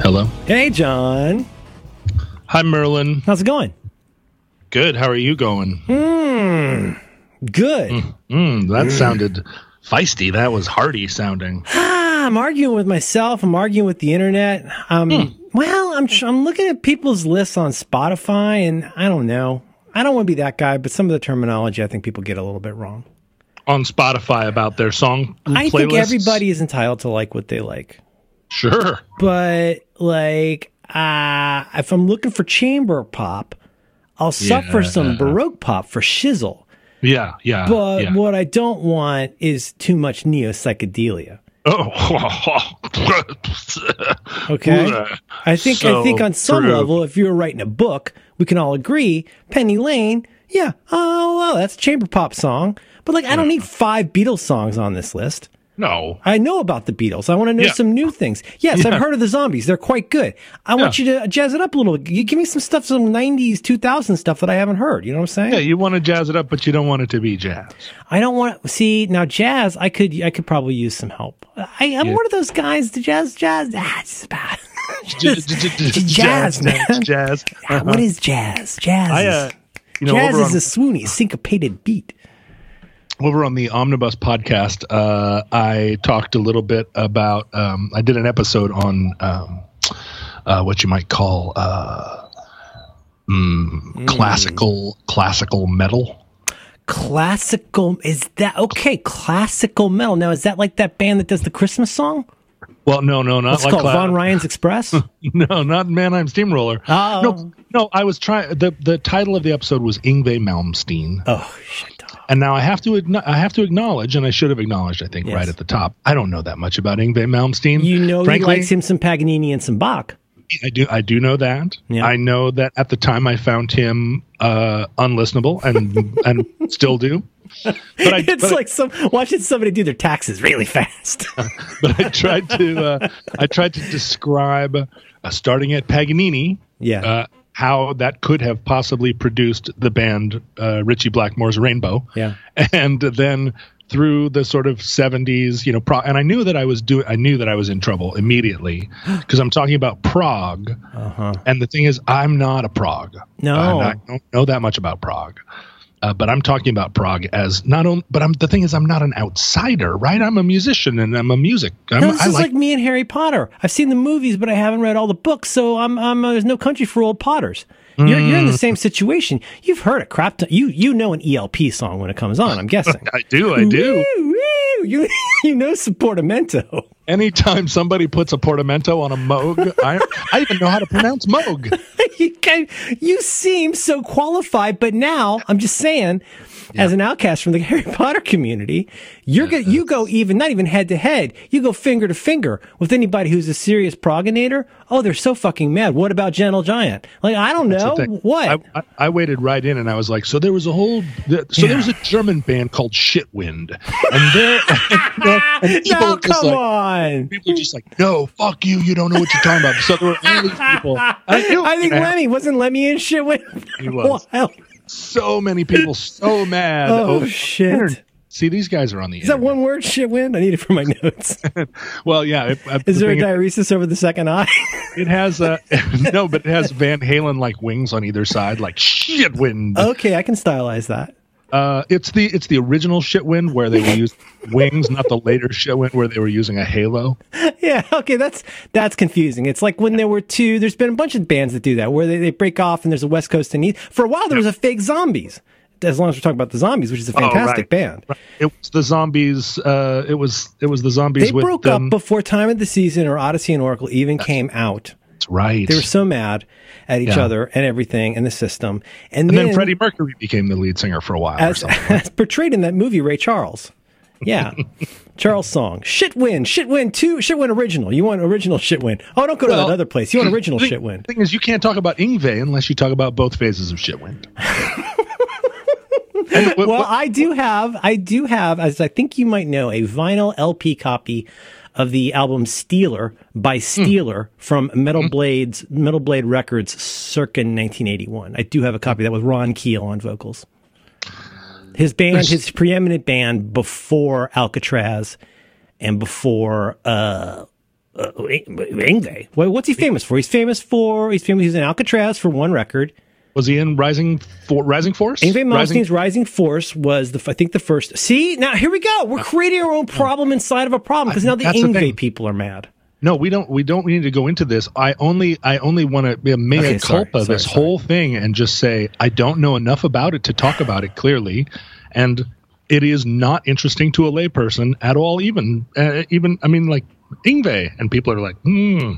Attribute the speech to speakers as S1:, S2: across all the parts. S1: Hello.
S2: Hey, John.
S1: Hi, Merlin.
S2: How's it going?
S1: Good. How are you going?
S2: Good.
S1: Mm, that sounded feisty. That was hearty sounding.
S2: Ah, I'm arguing with myself. I'm arguing with the internet. Um,
S1: Hmm.
S2: Well, I'm tr- I'm looking at people's lists on Spotify, and I don't know. I don't want to be that guy, but some of the terminology I think people get a little bit wrong.
S1: On Spotify about their song
S2: I
S1: playlists.
S2: think everybody is entitled to like what they like,
S1: Sure.
S2: but like, uh, if I'm looking for chamber pop, I'll suck for some baroque pop for shizzle.
S1: Yeah. Yeah.
S2: But
S1: yeah.
S2: what I don't want is too much neo psychedelia.
S1: Oh.
S2: Okay.
S1: Yeah.
S2: I think I
S1: So
S2: think on some
S1: true.
S2: level, if you're writing a book, we can all agree Penny Lane, yeah, oh well, that's a chamber pop song. But like I don't need five Beatles songs on this list.
S1: no.
S2: I know about the Beatles. I want to know
S1: Yeah.
S2: some new things. Yes, I've heard of the zombies. They're quite good. I want you to jazz it up a little. You give me some stuff, some nineties, two thousand stuff that I haven't heard. You know what I'm saying?
S1: Yeah, you want to jazz it up, but you don't want it to be jazz.
S2: I don't want to see now jazz. I could I could probably use some help. I, I'm one of those guys. The jazz, jazz, ah, it's bad. Just- jazz, man.
S1: jazz, jazz.
S2: Ah, What is jazz? Jazz.
S1: Uh-huh. I, uh,
S2: is,
S1: you know,
S2: jazz
S1: over on,
S2: is a swoony, syncopated beat.
S1: over on the Omnibus podcast, uh, I talked a little bit about. Um, I did an episode on um, uh, what you might call uh, mm,
S2: Hmm.
S1: classical classical metal.
S2: Classical is that okay? Classical metal. Now is that like that band that does the Christmas song?
S1: Well, no, no, not
S2: It's
S1: like uh,
S2: called
S1: cla-
S2: Von Ryan's Express.
S1: No, not Mannheim Steamroller.
S2: Oh.
S1: No, no. I was trying. the The title of the episode was Ingve Malmsteen.
S2: oh, shut up.
S1: And now I have to adno- I have to acknowledge, and I should have acknowledged, I think,
S2: Yes.
S1: right at the top. I don't know that much about Ingve Malmsteen.
S2: You know
S1: frankly,
S2: he likes him some Paganini and some Bach.
S1: I do. I do know that.
S2: Yeah.
S1: I know that at the time I found him uh, unlistenable, and and still do. But I, Uh,
S2: It's
S1: but,
S2: like some watching somebody do their taxes really fast.
S1: but I tried to uh, I tried to describe uh, starting at Paganini.
S2: yeah.
S1: Uh, how that could have possibly produced the band uh, Richie Blackmore's Rainbow.
S2: Yeah.
S1: and then through the sort of 70s you know pro- and i knew that i was doing i knew that i was in trouble immediately because i'm talking about prague and the thing is i'm not a prague
S2: Uh-huh. No.
S1: And i don't know that much about prague uh, but i'm talking about prague as not only but i'm the thing is i'm not an outsider right i'm a musician and i'm a music I'm,
S2: No, this
S1: I
S2: is like,
S1: like
S2: me and Harry Potter. I've seen the movies, but I haven't read all the books, so I'm, I'm uh, there's no country for old Potters. You're, you're in
S1: Mm.
S2: the same situation. You've heard a crap ton. You you know an ELP song when it comes on. I'm guessing.
S1: i do i do
S2: Woo, woo. You you know Supportamento.
S1: anytime somebody puts a portamento on a moog I, I even know how to pronounce moog
S2: you, can- you seem so qualified, but now I'm just saying, as an outcast from the Harry Potter community, you're go, you go even not even head to head, you go finger to finger with anybody who's a serious proganator. Oh, they're so fucking mad. What about Gentle Giant? Like I don't know
S1: the thing.
S2: Oh, what.
S1: I, I, I waited right in and I was like, so there was a whole, th- so there was a German band called Shitwind, and there, and, there- and people
S2: no,
S1: were just
S2: come
S1: like,
S2: on.
S1: people were just like, no, fuck you, you don't know what you're talking about. So there were all these people. and I, knew it
S2: I
S1: was
S2: think
S1: gonna
S2: Lemmy wasn't Lemmy and shit. When,
S1: He was.
S2: Wow.
S1: so many people, so mad.
S2: Oh,
S1: over-
S2: shit.
S1: See, these guys are on the.
S2: Is that one word shit win? I need it for my notes.
S1: Well, yeah. It, I- the
S2: Is there a
S1: thing
S2: diuresis over the second eye?
S1: is, it has uh, no, but it has Van Halen like wings on either side, like Shitwind.
S2: okay, I can stylize that.
S1: Uh, it's the it's the original shitwind where they were using wings, not the later shitwind where they were using a halo.
S2: Yeah, okay, that's that's confusing. It's like when there were two. There's been a bunch of bands that do that, where they, they break off and there's a West Coast and East. For a while, there was a fake Zombies. As long as we're talking about the Zombies, which is a fantastic
S1: Oh, right.
S2: band,
S1: It was the zombies. Uh, it was it was the zombies.
S2: they
S1: with
S2: broke up
S1: them.
S2: before Time of the Season or Odyssey and Oracle even came out.
S1: That's right.
S2: They were so mad at each
S1: Yeah.
S2: other and everything and the system, and,
S1: and then Freddie Mercury became the lead singer for a while. or
S2: as,
S1: something.
S2: as portrayed in that movie, Ray Charles. Yeah. Charles song. Shit win. Shit win two. Shit win original. You want original shit win. Oh, don't go to
S1: Well,
S2: that other place. You want original shit win.
S1: The thing is, you can't talk about Ingve unless you talk about both phases of shitwind. and what,
S2: Well,
S1: what-
S2: I do have, I do have, as I think you might know, a vinyl LP copy of the album Steeler by Steeler from Metal Blades, Metal Blade Records, circa 1981. I do have a copy that was Ron Keel on vocals. His band, his preeminent band before Alcatraz and before uh, uh, Inge. Well, what's he famous for? He's famous for he's famous. He's in Alcatraz for one record.
S1: Was he in Rising for Rising Force?
S2: Ingve
S1: Rising-
S2: Malmsteen's Rising Force was the I think the first. See now here we go. We're creating our own problem inside of a problem because now the
S1: That's the
S2: Ingve
S1: thing.
S2: people are mad.
S1: No, we don't. We don't need to go into this. I only. I only want to be a mea
S2: Okay, sorry,
S1: culpa
S2: sorry,
S1: this
S2: sorry.
S1: whole thing and just say I don't know enough about it to talk about it clearly, and it is not interesting to a layperson at all. Even uh, even I mean like Ingve and people are like hmm.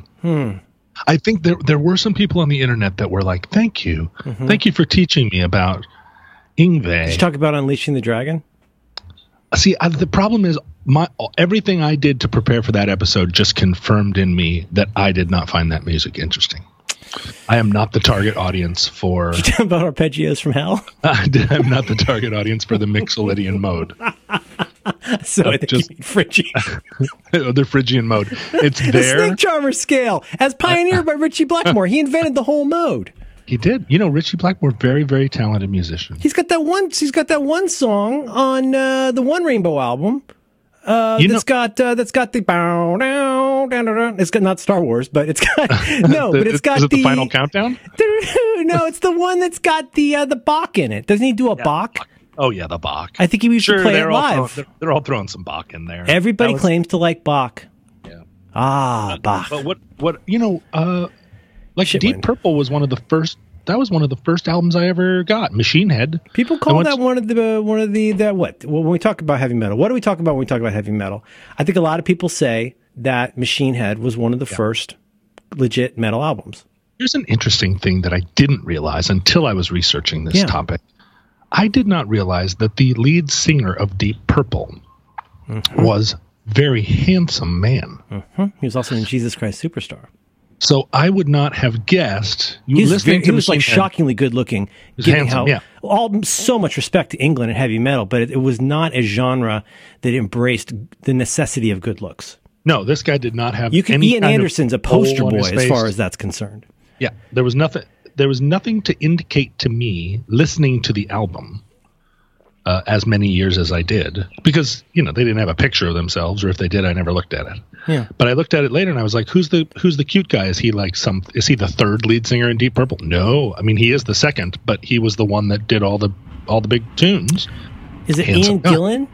S1: I think there there were some people on the internet that were like, "Thank you,
S2: Mm-hmm.
S1: thank you for teaching me about
S2: Did you
S1: Ingve."
S2: talk about unleashing the dragon?
S1: See, I, the problem is my everything I did to prepare for that episode just confirmed in me that I did not find that music interesting. I am not the target audience for.
S2: about arpeggios from hell.
S1: I'm not the target audience for the Mixolydian mode,
S2: so I think
S1: Uh, just-
S2: you mean Fridgie.
S1: the Phrygian mode. It's
S2: the
S1: there.
S2: snake charmer scale, as pioneered by Richie Blackmore. He invented the whole mode.
S1: He did. You know, Richie Blackmore, very very talented musician.
S2: He's got that one. He's got that one song on uh, the One Rainbow album. Uh,
S1: You
S2: that's got uh, that's got the bow down down down, down. It's got not Star Wars, but it's got no, but it's got
S1: is it the,
S2: the
S1: final countdown?
S2: No, it's the one that's got the uh, the Bach in it. Doesn't he do a Bach?
S1: Oh yeah, the Bach.
S2: I think he used to play it
S1: they're all throwing,
S2: live.
S1: they're, they're all throwing some Bach in there.
S2: Everybody
S1: That was-
S2: claims to like Bach.
S1: Yeah.
S2: Ah, Bach.
S1: But what what you know, uh like
S2: Shit,
S1: Deep
S2: Wayne.
S1: Purple was one of the first that was one of the first albums I ever got. Machine Head.
S2: People
S1: I
S2: call
S1: want
S2: that one of the uh, one of the that what well, when we talk about heavy metal. What do we talk about when we talk about heavy metal? I think a lot of people say that Machine Head was one of the first legit metal albums.
S1: Here's an interesting thing that I didn't realize until I was researching this
S2: Yeah.
S1: topic. I did not realize that the lead singer of Deep Purple
S2: Mm-hmm.
S1: was very handsome man.
S2: He was also in Jesus Christ Superstar.
S1: So I would not have guessed you
S2: He was,
S1: listening
S2: very-
S1: to
S2: he was like
S1: Machine Head-
S2: shockingly good looking.
S1: was
S2: given
S1: handsome,
S2: how
S1: yeah.
S2: all so much respect to England and heavy metal, but it, it was not a genre that embraced the necessity of good looks.
S1: No, this guy did not have
S2: You can
S1: any
S2: Ian
S1: kind of
S2: Anderson's a poster
S1: mole on
S2: boy
S1: his
S2: as far
S1: face.
S2: as that's concerned.
S1: Yeah, there was nothing. There was nothing to indicate to me listening to the album uh, as many years as I did, because you know they didn't have a picture of themselves, or if they did, I never looked at it.
S2: Yeah.
S1: But I looked at it later, and I was like, "Who's the Who's the cute guy? Is he like some? Is he the third lead singer in Deep Purple? No, I mean he is the second, but he was the one that did all the all the big tunes.
S2: Is it
S1: Handsome
S2: Ian
S1: guy.
S2: Gillan?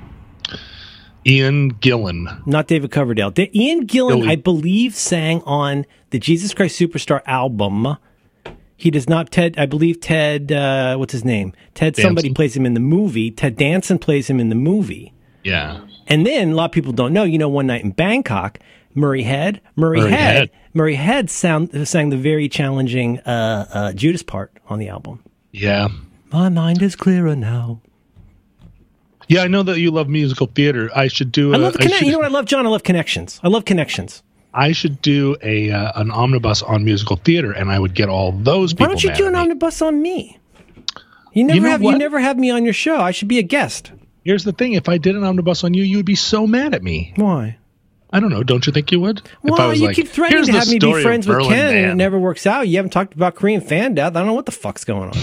S1: Ian Gillan.
S2: Not David Coverdale. Da- Ian Gillan,
S1: Gillan.
S2: I believe, sang on the Jesus Christ Superstar album. He does not. Ted, I believe Ted. Uh, what's his name? Ted. Somebody
S1: Danson.
S2: plays him in the movie. Ted Danson plays him in the movie.
S1: Yeah,
S2: And then a lot of people don't know. You know, one night in Bangkok, Murray Head, Murray,
S1: Murray
S2: Head,
S1: Head.
S2: Murray Head sound, sang the very challenging uh, uh, Judas part on the album.
S1: yeah,
S2: My mind is clearer now.
S1: yeah. I know that you love musical theater. I should do.
S2: I
S1: a-
S2: love
S1: I
S2: connect.
S1: should-
S2: You know what I love, John? I love connections. I love connections.
S1: I should do a uh, an omnibus on musical theater, and I would get all those people.
S2: Why don't you
S1: mad
S2: do
S1: at
S2: an
S1: me.
S2: omnibus on me? You never
S1: know
S2: have you
S1: what?
S2: never have me on your show. I should be a guest.
S1: Here's the thing: if I did an omnibus on you, you would be so mad at me.
S2: Why?
S1: I don't know. Don't you think you would? if I
S2: Well,
S1: was
S2: you
S1: like,
S2: keep threatening
S1: "Here's
S2: to
S1: the
S2: have me be
S1: story of
S2: friends with
S1: Merlin
S2: Ken, and it
S1: Man."
S2: never works out. You haven't talked about Korean fan death. I don't know what the fuck's going on.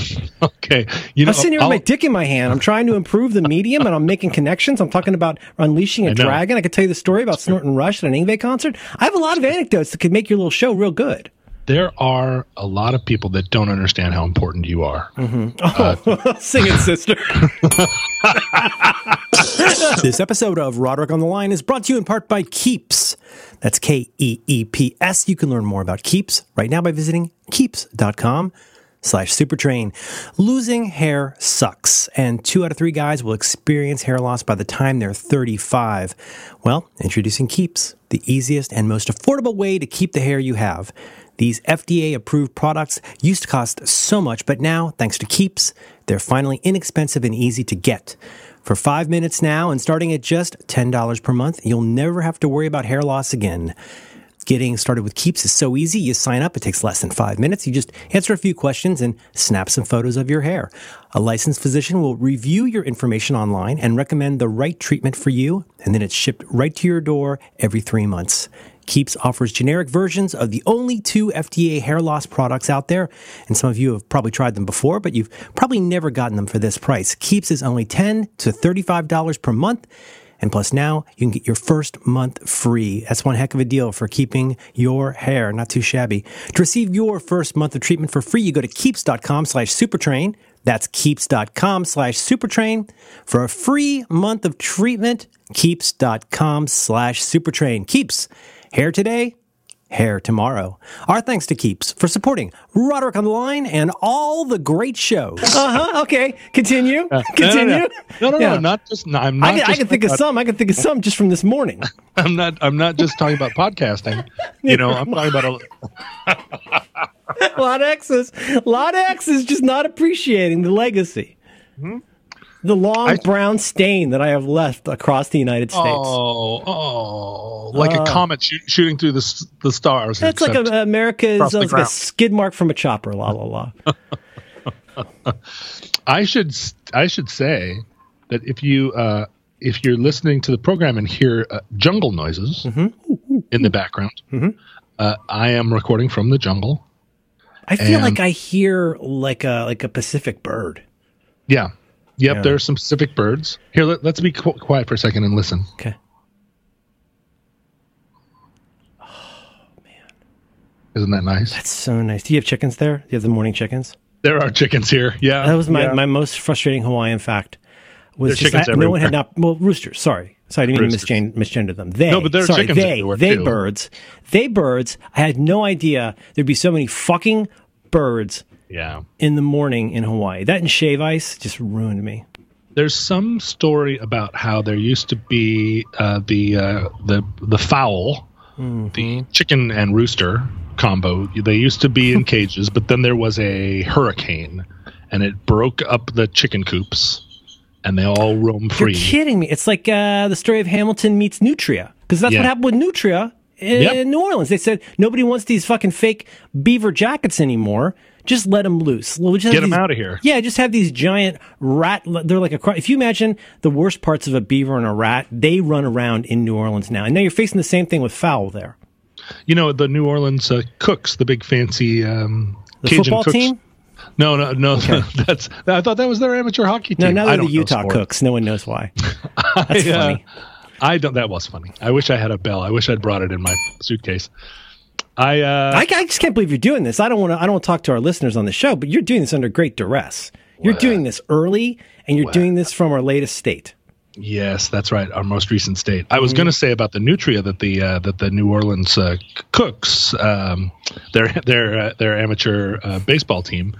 S1: Okay, you know,
S2: I'm sitting here with
S1: I'll-
S2: my dick in my hand. I'm trying to improve the medium, and I'm making connections. I'm talking about unleashing a
S1: know.
S2: dragon. I could tell you the story about Snort and Rush at an Ingve concert. I have a lot of anecdotes that could make your little show real good.
S1: there are a lot of people that don't understand how important you are.
S2: Mm. Sing it, sister. this episode of Roderick on the Line is brought to you in part by Keeps. That's K E E P S. You can learn more about Keeps right now by visiting keeps.com slash supertrain. Losing hair sucks, and two out of three guys will experience hair loss by the time they're 35. Well, introducing Keeps, the easiest and most affordable way to keep the hair you have. These FDA approved products used to cost so much, but now, thanks to Keeps, they're finally inexpensive and easy to get. For five minutes now and starting at just $10 per month, you'll never have to worry about hair loss again. Getting started with Keeps is so easy. You sign up, it takes less than five minutes. You just answer a few questions and snap some photos of your hair. A licensed physician will review your information online and recommend the right treatment for you, and then it's shipped right to your door every three months. Keeps offers generic versions of the only two FDA hair loss products out there, and some of you have probably tried them before, but you've probably never gotten them for this price. Keeps is only $10 to $35 per month. And plus, now you can get your first month free. That's one heck of a deal for keeping your hair not too shabby. To receive your first month of treatment for free, you go to keeps.com slash supertrain. That's keeps.com slash supertrain for a free month of treatment. Keeps.com slash supertrain. Keeps. Hair today, hair tomorrow. Our thanks to Keeps for supporting Roderick on the Line and all the great shows. Uh huh. Okay. Continue. Continue.
S1: No, no, no, no,
S2: Yeah.
S1: not just. No, I'm not.
S2: I can, I
S1: just
S2: can think of
S1: about-
S2: some. I can think of some just from this morning.
S1: I'm not. I'm not just talking about podcasting. You know, I'm talking about. A,
S2: a lot of X's. A lot of X's just not appreciating the legacy. Mm-hmm. The long brown stain that I have left across the United States.
S1: oh, oh, like a comet shoot, shooting through the s- the stars.
S2: That's like
S1: except-
S2: a, America
S1: across
S2: is
S1: the
S2: uh, like a
S1: ground.
S2: skid mark from a chopper. La la la.
S1: I should s- I should say that if you uh, if you're listening to the program and hear uh, jungle noises
S2: Mm-hmm.
S1: in the background, uh, I am recording from the jungle.
S2: I feel
S1: And-
S2: like I hear like a like a Pacific bird.
S1: Yeah, yep.
S2: Yeah.
S1: There are some Pacific birds here. Let, let's be qu- quiet for a second and listen.
S2: Okay.
S1: Isn't that nice?
S2: That's so nice. Do you have chickens there? Do you have the morning chickens?
S1: There are chickens here. Yeah,
S2: That was my,
S1: Yeah.
S2: my most frustrating Hawaiian fact. Was
S1: There's
S2: just
S1: chickens
S2: that no one had
S1: everywhere.
S2: not well roosters. Sorry, sorry, I didn't mean to misgen- misgender them. They
S1: No, but there are
S2: sorry,
S1: chickens
S2: they
S1: everywhere,
S2: they
S1: too.
S2: birds they birds. I had no idea there'd be so many fucking birds
S1: yeah.
S2: in the morning in Hawaii. That and shave ice just ruined me.
S1: There's some story about how there used to be uh, the uh, the the fowl, the
S2: Mm-hmm.
S1: chicken and rooster combo. They used to be in cages, but then there was a hurricane, and it broke up the chicken coops, and they all roam free.
S2: You're kidding me. It's like uh, the story of Hamilton meets Nutria. Because that's what
S1: Yeah.
S2: happened with Nutria in
S1: Yep.
S2: New Orleans. They said nobody wants these fucking fake beaver jackets anymore. Just let them loose. We'll just have
S1: Get 'em
S2: these-
S1: outta here.
S2: Yeah, just have these giant rat. They're like a. cro- If you imagine the worst parts of a beaver and a rat, they run around in New Orleans now. And now you're facing the same thing with fowl there.
S1: You know the New Orleans uh, cooks, the big fancy um,
S2: The
S1: Cajun
S2: football
S1: cooks.
S2: team?
S1: No, no, no. That's I thought that was their amateur hockey
S2: No,
S1: team.
S2: now
S1: I
S2: they're the
S1: don't know
S2: Utah
S1: sports.
S2: Cooks. No one knows why. That's
S1: Yeah.
S2: funny.
S1: I don't. That was funny. I wish I had a bell. I wish I'd brought it in my suitcase. I. Uh,
S2: I, I just can't believe you're doing this. I don't want to. I don't want to talk to our listeners on the show, but you're doing this under great duress. You're doing this early, and you're doing this from our latest state.
S1: yes, that's right. Our most recent state. I was going to say about the nutria that the uh, that the New Orleans uh, c- cooks, um, their their uh, their amateur uh, baseball team,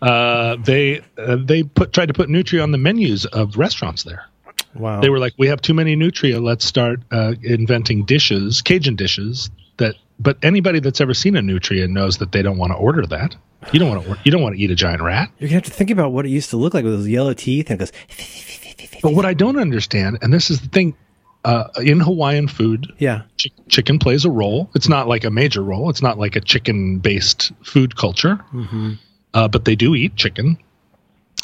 S1: uh, they uh, they put tried to put nutria on the menus of restaurants there.
S2: Wow.
S1: They were like, we have too many nutria. Let's start uh, inventing dishes, Cajun dishes that. But anybody that's ever seen a nutria knows that they don't want to order that. You don't want to. You don't want to eat a giant rat.
S2: you're gonna have to think about what it used to look like with those yellow teeth and it goes.
S1: But what I don't understand, and this is the thing, uh, in Hawaiian food,
S2: Yeah.
S1: chi- chicken plays a role. It's not like a major role. It's not like a chicken-based food culture, uh, but they do eat chicken,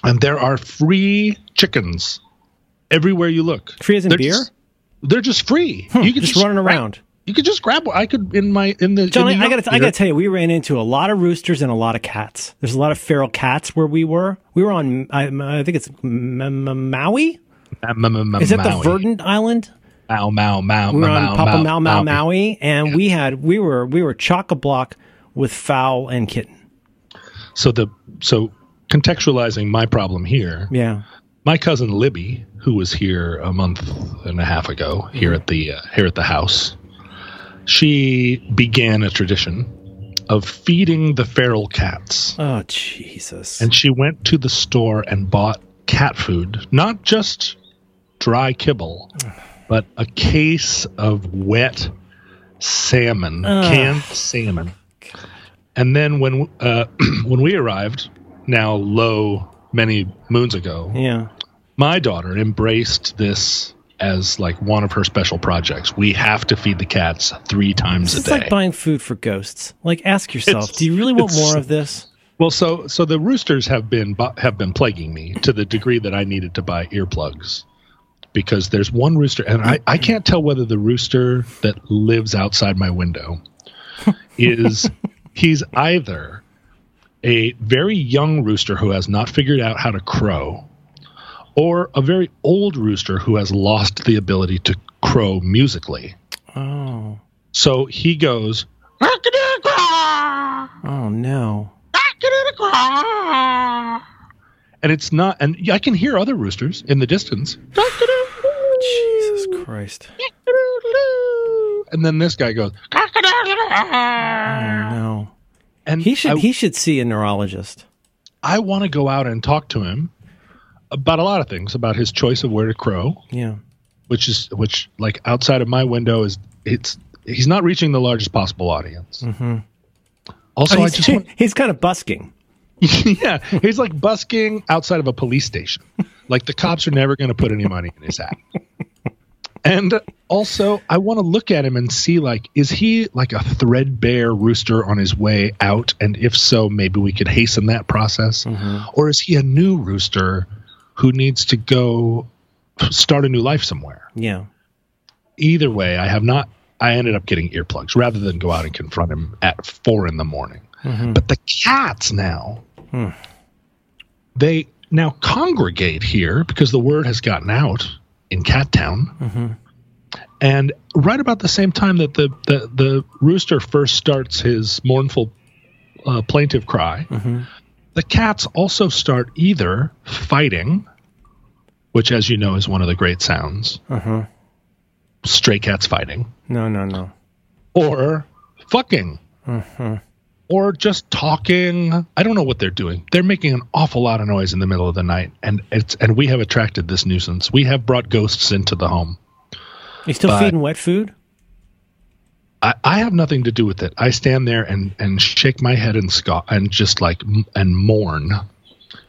S1: and there are free chickens everywhere you look.
S2: Free as in
S1: They're
S2: beer? Hmm.
S1: just- they're just free. you can
S2: Just running around.
S1: You could just grab. one. I could in my in the.
S2: John, I,
S1: in the
S2: I gotta, I
S1: yard
S2: gotta
S1: here.
S2: tell you, we ran into a lot of roosters and a lot of cats. There's a lot of feral cats where we were. We were on, I, I think it's M- M- Maui.
S1: Ah, ma- ma- ma-
S2: Is that the
S1: Maui.
S2: verdant island?
S1: Mau Mau Mau.
S2: we were on Papa Mau Mau Maui, and we had we were we were chock a block with fowl and kitten.
S1: So the so contextualizing my problem here.
S2: Yeah,
S1: my cousin Libby, who was here a month and a half ago, here at the uh, here at the house, she began a tradition of feeding the feral cats,
S2: Oh Jesus!
S1: and she went to the store and bought cat food, not just dry kibble, but a case of wet salmon, canned salmon. And then when uh, when we arrived, now low many moons ago,
S2: yeah,
S1: my daughter embraced this as like one of her special projects. We have to feed the cats three times
S2: it's
S1: a day.
S2: like buying food for ghosts. Like, ask yourself,
S1: It's-
S2: do you really want
S1: it's-
S2: more of this?
S1: well, so so the roosters have been bu- have been plaguing me to the degree that I needed to buy earplugs because there's one rooster, and I I can't tell whether the rooster that lives outside my window is he's either a very young rooster who has not figured out how to crow or a very old rooster who has lost the ability to crow musically.
S2: Oh.
S1: So he goes,
S2: Oh no.
S1: and it's not, and I can hear other roosters in the distance.
S2: Jesus Christ.
S1: And then this guy goes,
S2: Oh no.
S1: and
S2: He should
S1: I-
S2: he should see a neurologist.
S1: I want to go out and talk to him about a lot of things, about his choice of where to crow,
S2: Yeah.
S1: which is which like outside of my window is it's he's not reaching the largest possible audience. Also, I
S2: Mm-hmm. Oh, he's,
S1: just want,
S2: he's kind of busking.
S1: yeah, he's like busking outside of a police station. Like the cops are never going to put any money in his hat. And also, I want to look at him and see like is he like a threadbare rooster on his way out and if so, maybe we could hasten that process or is he a new rooster who needs to go start a new life somewhere?
S2: Yeah.
S1: Either way, I have not I ended up getting earplugs rather than go out and confront him at 4 in the morning. But the cats now they now congregate here because the word has gotten out in Cat Town. And right about the same time that the, the, the rooster first starts his mournful uh, plaintive cry, the cats also start either fighting, which, as you know, is one of the great sounds stray cats fighting,
S2: No, no, no.
S1: or fucking, or just talking. I don't know what they're doing. They're making an awful lot of noise in the middle of the night, and it's and we have attracted this nuisance. We have brought ghosts into the home.
S2: You still
S1: But-
S2: feeding wet food?
S1: I, I have nothing to do with it. I stand there and and shake my head and scoff and just like m- and mourn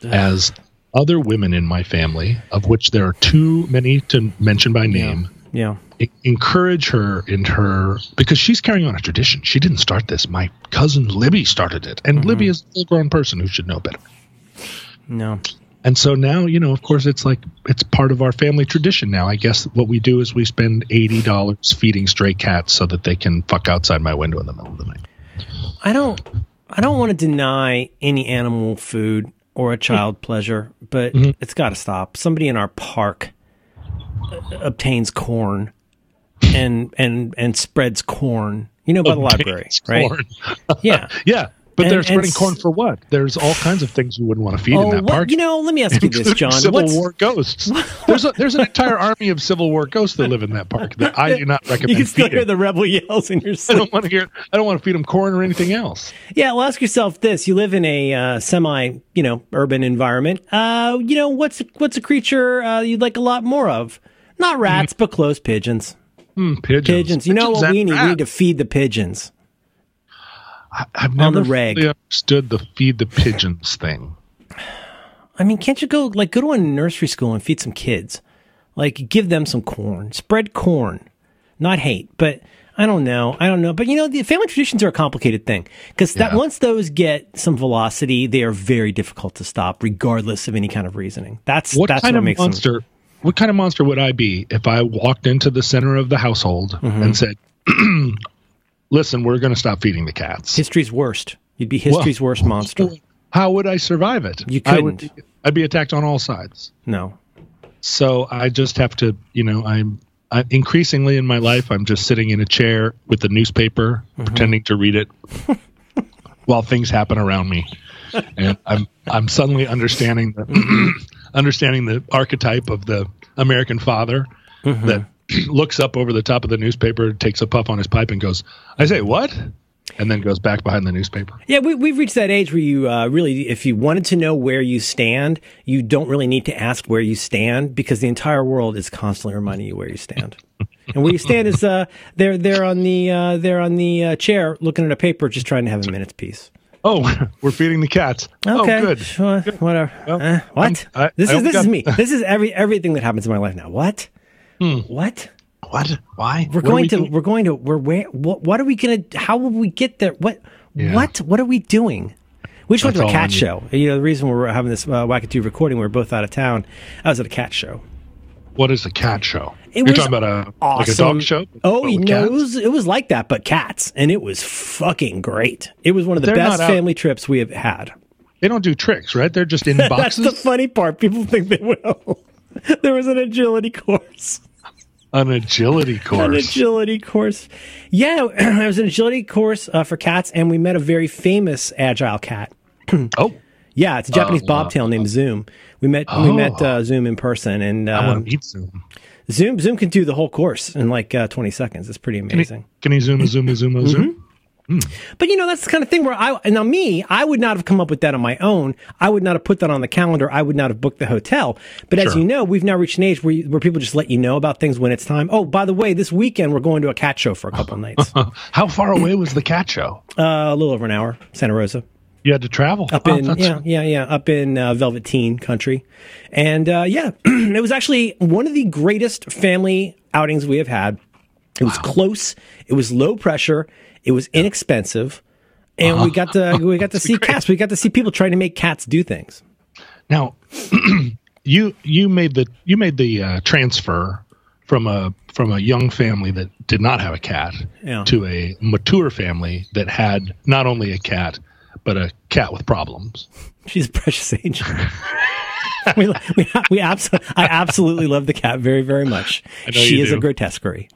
S1: as other women in my family, of which there are too many to mention by name.
S2: Yeah.
S1: e- encourage her in her because she's carrying on a tradition. She didn't start this. My cousin Libby started it, and Libby
S2: Mm-hmm.
S1: is a full-grown person who should know better.
S2: No.
S1: And so now, you know, of course, it's like it's part of our family tradition now. I guess what we do is we spend eighty dollars feeding stray cats so that they can fuck outside my window in the middle of the night.
S2: I don't I don't want to deny any animal food or a
S1: Mm-hmm.
S2: child pleasure, but it's got to stop. Somebody in our park uh, obtains corn and and and spreads corn. You know about the library,
S1: It's
S2: right?
S1: corn.
S2: Yeah.
S1: Yeah, but
S2: And-
S1: they're
S2: and
S1: spreading
S2: s-
S1: corn for what? There's all kinds of things you wouldn't want to feed in
S2: Oh,
S1: that
S2: what,
S1: park.
S2: you know, let me ask you this,
S1: including
S2: John.
S1: Civil
S2: What's,
S1: War ghosts. There's a, there's an entire army of Civil War ghosts that live in that park that I do not recommend.
S2: you can still
S1: feeding.
S2: hear the rebel yells in your
S1: I
S2: sleep.
S1: don't want to hear. I don't want to feed them corn or anything else.
S2: Yeah, well, ask yourself this: You live in a uh, semi, you know, urban environment. Uh, you know, what's what's a creature uh, you'd like a lot more of? Not
S1: Mm-hmm.
S2: rats, but close pigeons.
S1: Hmm, pigeons.
S2: Pigeons. You know what
S1: and
S2: we need? We need to
S1: rats.
S2: feed the pigeons.
S1: I've never
S2: the reg.
S1: fully understood the feed the pigeons thing.
S2: I mean, can't you go like go to a nursery school and feed some kids? Like give them some corn, spread corn, not hate, but I don't know, I don't know. But you know, the family traditions are a complicated thing because that
S1: Yeah.
S2: once those get some velocity, they are very difficult to stop, regardless of any kind of reasoning. That's
S1: What
S2: that's
S1: kind
S2: what
S1: of
S2: makes them-
S1: monster? What kind of monster would I be if I walked into the center of the household
S2: Mm-hmm.
S1: and said, "Listen, we're going to stop feeding the cats."
S2: history's worst. You'd be history's worst monster.
S1: How would I survive it?
S2: You
S1: I would,
S2: couldn't.
S1: be- I'd be attacked on all sides.
S2: No,
S1: So I just have to, you know, I'm. I, increasingly in my life, I'm just sitting in a chair with the newspaper,
S2: Mm-hmm.
S1: pretending to read it, while things happen around me, and I'm I'm suddenly understanding the understanding the archetype of the American father
S2: Mm-hmm.
S1: that looks up over the top of the newspaper, takes a puff on his pipe, and goes, "I say what?" and then goes back behind the newspaper.
S2: Yeah, we, we've reached that age where you uh, really, if you wanted to know where you stand, you don't really need to ask where you stand because the entire world is constantly reminding you where you stand. and where you stand is uh, they're they're on the uh, they're on the uh, chair looking at a paper, just trying to have a minute's peace.
S1: Oh, we're feeding the cats.
S2: Okay,
S1: Oh, good.
S2: sure, whatever. Eh, what?
S1: I'm- I-
S2: this
S1: I
S2: is this
S1: got- Hmm.
S2: is me. This is every everything that happens in my life now. What? What?
S1: What? Why?
S2: We're going to we're going to we're where what what are we going to how will we get there what what what are we doing? We just went to a
S1: That's all I
S2: cat
S1: need.
S2: show. You know the reason we're having this uh, wackatoo recording. We were both out of town. I was at a cat show.
S1: What is a cat show?
S2: It
S1: You're
S2: was
S1: talking about a like a
S2: awesome.
S1: dog show?
S2: Oh,
S1: but
S2: you
S1: with
S2: know, it
S1: cats?
S2: was, it was like that, but cats, and it was fucking great. It was one of the
S1: They're
S2: best
S1: not out-
S2: family trips we have had.
S1: They don't do tricks, right? They're just in
S2: That's
S1: boxes.
S2: the funny part. People think they will. there was an agility course.
S1: An agility course.
S2: An agility course. Yeah, there was an agility course uh, for cats, and we met a very famous agile cat.
S1: oh,
S2: Yeah, it's a Japanese bobtail named Zoom. We met we met uh, Zoom in person, and
S1: I want
S2: um,
S1: to eat Zoom.
S2: Zoom Zoom can do the whole course in like uh, twenty seconds. It's pretty amazing.
S1: Can he zoom, a zoom, a zoom, a zoom?
S2: Mm-hmm. But you know, that's the kind of thing where I now me, I would not have come up with that on my own. I would not have put that on the calendar. I would not have booked the hotel. But as
S1: Sure.
S2: you know, we've now reached an age where you, where people just let you know about things when it's time. Oh, by the way, this weekend we're going to a cat show for a couple of nights. Uh,
S1: How far away was the cat show?
S2: a little over an hour, Santa Rosa.
S1: You had to travel.
S2: Up
S1: Oh,
S2: in
S1: that's-
S2: yeah, yeah, yeah, up in uh, Velveteen country, and uh, yeah, it was actually one of the greatest family outings we have had. It was close. It was low pressure. It was inexpensive, and we got to
S1: Uh-huh.
S2: we got to see cats. We got to see people trying to make cats do things.
S1: Now, you you made the you made the uh, transfer from a from a young family that did not have a cat
S2: Yeah.
S1: to a mature family that had not only a cat but a cat with problems.
S2: She's a precious angel. we we, we abso- I absolutely love the cat very very much.
S1: know
S2: She
S1: you
S2: is a
S1: do.
S2: grotesquerie.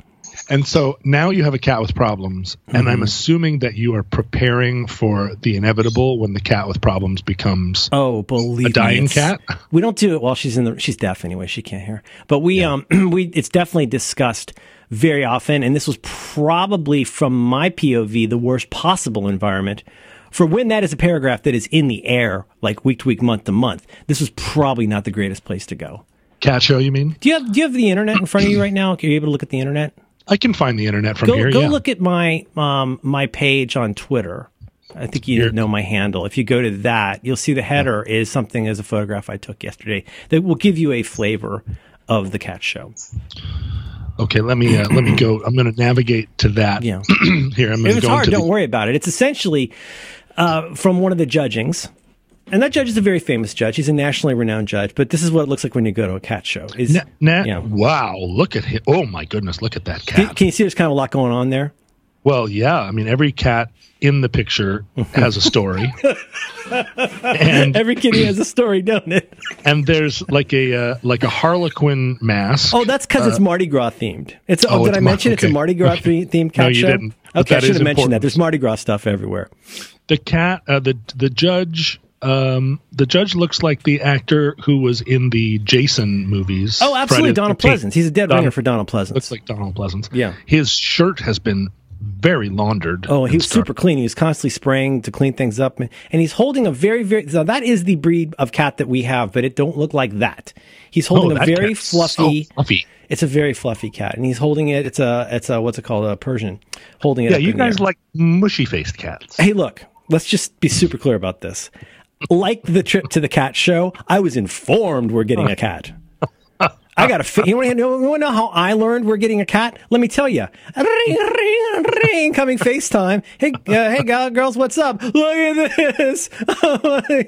S1: And so now you have a cat with problems, and
S2: Mm-hmm.
S1: I'm assuming that you are preparing for the inevitable when the cat with problems becomes
S2: Oh, believe
S1: A dying
S2: me, it's-
S1: cat?
S2: We don't do it while she's in the. She's deaf anyway; she can't hear. But we um we it's definitely discussed very often, and this was probably from my POV the worst possible environment for when that is a paragraph that is in the air, like week to week, month to month. This was probably not the greatest place to go.
S1: cat show. You mean?
S2: Do you have Do you have the internet in front of you right now? Are you able to look at the internet?
S1: I can find the internet from
S2: Go
S1: here.
S2: Go
S1: yeah.
S2: look at my um my page on Twitter. I think you know my handle. If you go to that, you'll see the header is something as a photograph I took yesterday that will give you a flavor of the cat show.
S1: Okay, let me uh, let me go. I'm going to navigate to that.
S2: Yeah.
S1: here I'm
S2: If
S1: going to
S2: it's
S1: go
S2: hard,
S1: into
S2: don't
S1: the
S2: worry about it. It's essentially uh, from one of the judgings. And that judge is a very famous judge. He's a nationally renowned judge, but this is what it looks like when you go to a cat show. Is
S1: Na- na-
S2: Yeah.
S1: Wow, look at him. Oh my goodness, look at that
S2: can,
S1: cat.
S2: can you see there's kind of a lot going on there?
S1: well, yeah, I mean every cat in the picture has a story. and
S2: Every kitty has a story, don't it?
S1: and there's like a uh, like a harlequin mask.
S2: Oh, that's because it's Mardi Gras themed. It's oh,
S1: Uh, oh,
S2: did
S1: it's
S2: I
S1: Mar-
S2: mention it's a
S1: okay.
S2: Mardi Gras theme themed cat
S1: you
S2: show?
S1: didn't, but
S2: Okay, I
S1: that
S2: should
S1: is
S2: have mentioned that.
S1: important.
S2: There's Mardi Gras stuff everywhere.
S1: The cat uh, the the judge um, the judge looks like the actor who was in the Jason movies.
S2: Oh,
S1: Friday
S2: absolutely,
S1: the
S2: Donald
S1: 13th.
S2: Pleasance. He's a dead
S1: Donald-
S2: ringer for Donald Pleasance.
S1: Looks like Donald Pleasance.
S2: Yeah.
S1: His shirt has been very laundered.
S2: oh,
S1: and
S2: he was
S1: stuff.
S2: super clean. He was constantly spraying to clean things up, and he's holding a very, very. So that is the breed of cat that we have, but it don't look like that. He's
S1: Oh,
S2: holding a
S1: that
S2: very
S1: cat's so
S2: fluffy.
S1: fluffy.
S2: It's a very fluffy cat, and he's holding it. It's a, it's a, what's it called? A Persian, holding it.
S1: Yeah,
S2: up
S1: you
S2: in the air.
S1: guys like mushy faced cats.
S2: Hey, look, let's just be super clear about this. Like the trip to the cat show, I was informed we're getting a cat. I got a. Fi- you want to know, you wanna know how I learned we're getting a cat? Let me tell you. Ring, ring, ring. Coming FaceTime. Hey, uh, hey, gal, girls, what's up? Look at this.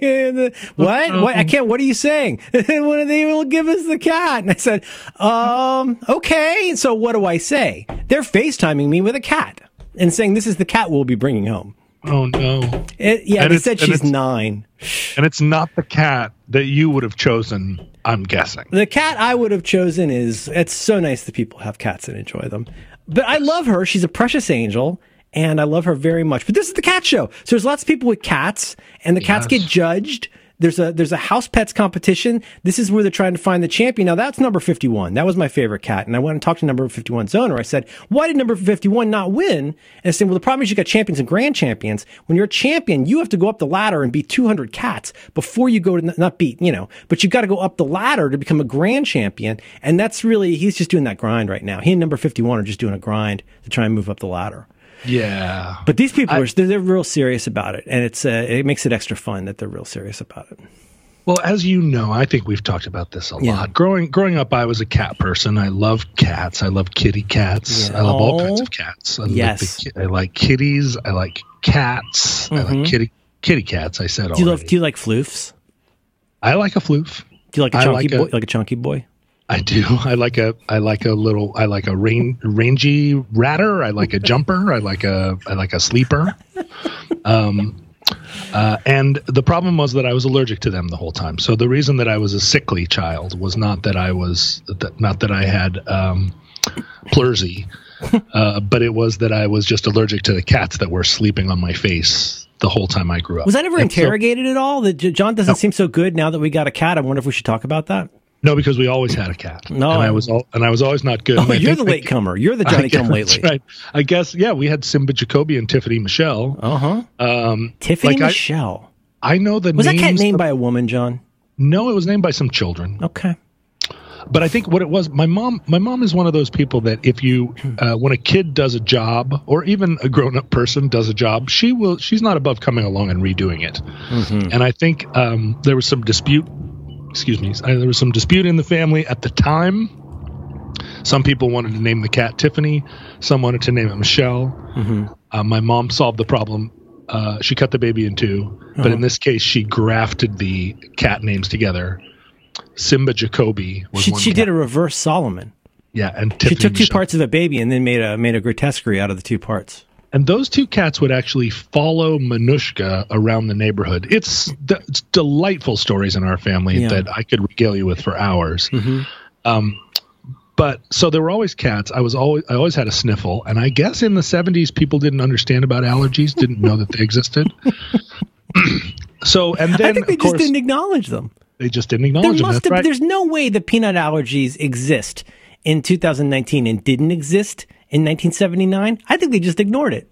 S2: what? What? I can't. What are you saying? One of they will give us the cat. And I said, um, okay. So what do I say? They're FaceTiming me with a cat and saying this is the cat we'll be bringing home.
S1: Oh no.
S2: It, yeah,
S1: And
S2: they
S1: it's-
S2: said
S1: and
S2: she's
S1: it's-
S2: nine.
S1: And it's not the cat that you would have chosen, I'm guessing.
S2: The cat I would have chosen is. It's so nice that people have cats and enjoy them. But I love her. She's a precious angel, and I love her very much. But this is the cat show, so there's lots of people with cats, and the cats
S1: Yes.
S2: get judged. There's a there's a house pets competition. This is where they're trying to find the champion. Now that's number 51. That was my favorite cat, and I went and talked to number 51's owner. I said, "Why did number 51 not win?" And I said, "Well, the problem is you got champions and grand champions. When you're a champion, you have to go up the ladder and beat 200 cats before you go to not beat, you know, but you got to go up the ladder to become a grand champion. And that's really he's just doing that grind right now. He and number 51 are just doing a grind to try and move up the ladder.
S1: Yeah.
S2: But these people are they're, they're real serious about it, and it's uh, it makes it extra fun that they're real serious about it.
S1: Well, as you know, I think we've talked about this a lot. Growing growing up, I was a cat person. I love cats. I love kitty cats. I love all
S2: Oh.
S1: kinds of cats. I like the
S2: Yes.
S1: ki- I like kitties. I like cats. I like kitty kitty cats. I said
S2: Mm-hmm. Do you
S1: already.
S2: love do you like floofs?
S1: I like a floof.
S2: Do you like a
S1: I
S2: chunky
S1: like a-
S2: boy? Like a chunky boy?
S1: I do. I like a I like a little I like a rain, rangy ratter. I like a jumper. I like a I like a sleeper. Um Uh, and the problem was that I was allergic to them the whole time. So the reason that I was a sickly child was not that I was that, not that I had um, pleurisy, uh, but it was that I was just allergic to the cats that were sleeping on my face the whole time I grew up.
S2: Was that ever
S1: And so-
S2: interrogated at all? That J- John doesn't seem so good now that we got a cat. I wonder if we should talk about that.
S1: no, because we always had a cat.
S2: No.
S1: and I was all, and I was always not good.
S2: Oh,
S1: And I
S2: you're
S1: think
S2: the
S1: I-
S2: latecomer. You're the Johnny Come
S1: That's
S2: Lately.
S1: right. I guess yeah. We had Simba Jacoby and Tiffany Michelle.
S2: Uh huh.
S1: Um,
S2: Tiffany
S1: like I-
S2: Michelle.
S1: I know the
S2: Was that
S1: names
S2: cat named
S1: of-
S2: by a woman, John?
S1: no, it was named by some children.
S2: Okay.
S1: But I think what it was, my mom. My mom is one of those people that if you, uh, when a kid does a job, or even a grown-up person does a job, she will. She's not above coming along and redoing it.
S2: Hmm.
S1: And I think um, there was some dispute. Excuse me. uh, There was some dispute in the family at the time. Some people wanted to name the cat Tiffany. Some wanted to name it Michelle.
S2: Mm-hmm.
S1: Uh, my mom solved the problem. Uh, she cut the baby in 2 but
S2: Uh-huh.
S1: in this case, she grafted the cat names together. Simba Jacoby was
S2: She,
S1: one
S2: she
S1: cat.
S2: did a reverse Solomon.
S1: Yeah, and
S2: She
S1: Tiffany
S2: took two
S1: Michelle.
S2: parts of the baby and then made a made a grotesquerie out of the two parts.
S1: And those two cats would actually follow Manushka around the neighborhood. It's, d- it's delightful stories in our family
S2: Yeah. Mm-hmm.
S1: that I could regale you with for hours. Um, but so there were always cats. I was always I always had a sniffle, and I guess in the seventies people didn't understand about allergies, didn't know that they existed. so and then
S2: I think they
S1: of course
S2: just didn't acknowledge them.
S1: they just didn't
S2: There
S1: acknowledge them.
S2: must
S1: That's
S2: have.
S1: right.
S2: There's no way the peanut allergies exist in 2019 and didn't exist in 1979. I think they just ignored it.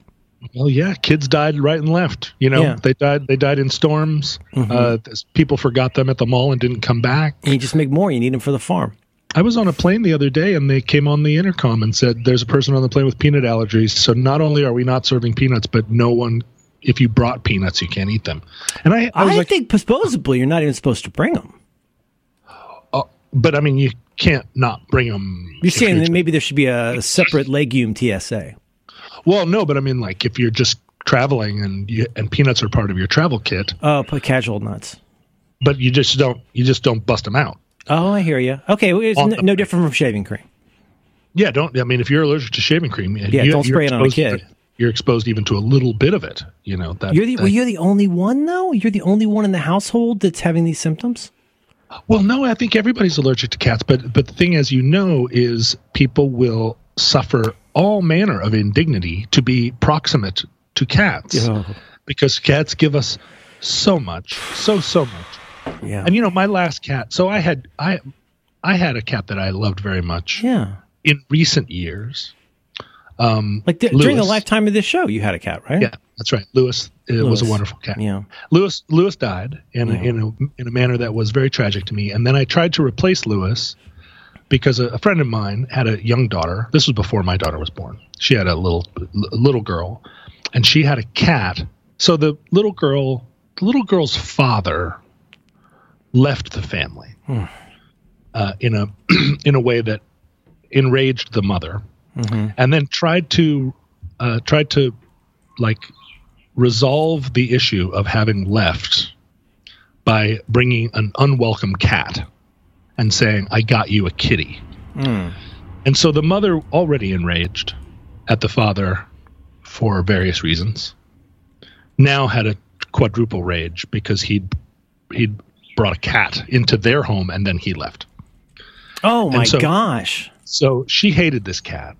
S1: Well, yeah, kids died right and left. You know,
S2: Yeah. Mm-hmm.
S1: they died. They died in storms. Uh, th- people forgot them at the mall and didn't come back.
S2: And you just make more. You need them for the farm.
S1: I was on a plane the other day and they came on the intercom and said, There's a person on the plane with peanut allergies. So not only are we not serving peanuts, but no one, if you brought peanuts, you can't eat them. And I, I
S2: I,
S1: was like,
S2: think supposedly you're not even supposed to bring them.
S1: But I mean, you can't not bring them.
S2: You're saying that maybe there should be a separate legume TSA.
S1: Well, no, but I mean, like, if you're just traveling and you, and peanuts are part of your travel kit,
S2: Oh, put casual nuts.
S1: but you just don't, you just don't bust them out.
S2: Oh, I hear you. Okay, well, it's
S1: On
S2: no,
S1: the-
S2: no different from shaving cream.
S1: Yeah, don't. I mean, if you're allergic to shaving cream, yeah,
S2: don't spray it on a kid.
S1: You're exposed even to a little bit of it. You know that.
S2: You're the,
S1: that-
S2: well, you're the only one though. You're the only one in the household that's having these symptoms.
S1: Well, no, I think everybody's allergic to cats, but but the thing, as you know, is people will suffer all manner of indignity to be proximate to cats
S2: Yeah.
S1: because cats give us so much, so so much.
S2: Yeah.
S1: And you know, my last cat. So I had I I had a cat that I loved very much
S2: yeah.
S1: in recent years.
S2: Like d- during the
S1: Lewis.
S2: lifetime of this show, you had a cat, right?
S1: Yeah, that's right. Lewis, uh was a
S2: Lewis.
S1: wonderful cat.
S2: Yeah.
S1: Lewis Lewis died in a, in a in a manner that was very tragic to me. And then I tried to replace Lewis because a, a friend of mine had a young daughter. This was before my daughter was born. She had a little a little girl, and she had a cat. So the little girl, the little girl's father, left the family
S2: Hmm.
S1: uh, in a in a way that enraged the mother,
S2: Mm-hmm.
S1: and then tried to uh, tried to like resolve the issue of having left by bringing an unwelcome cat and saying, I got you a kitty. And so the mother, already enraged at the father for various reasons, now had a quadruple rage because he'd, he'd brought a cat into their home and then he left.
S2: Oh my
S1: so-
S2: gosh.
S1: So she hated this cat.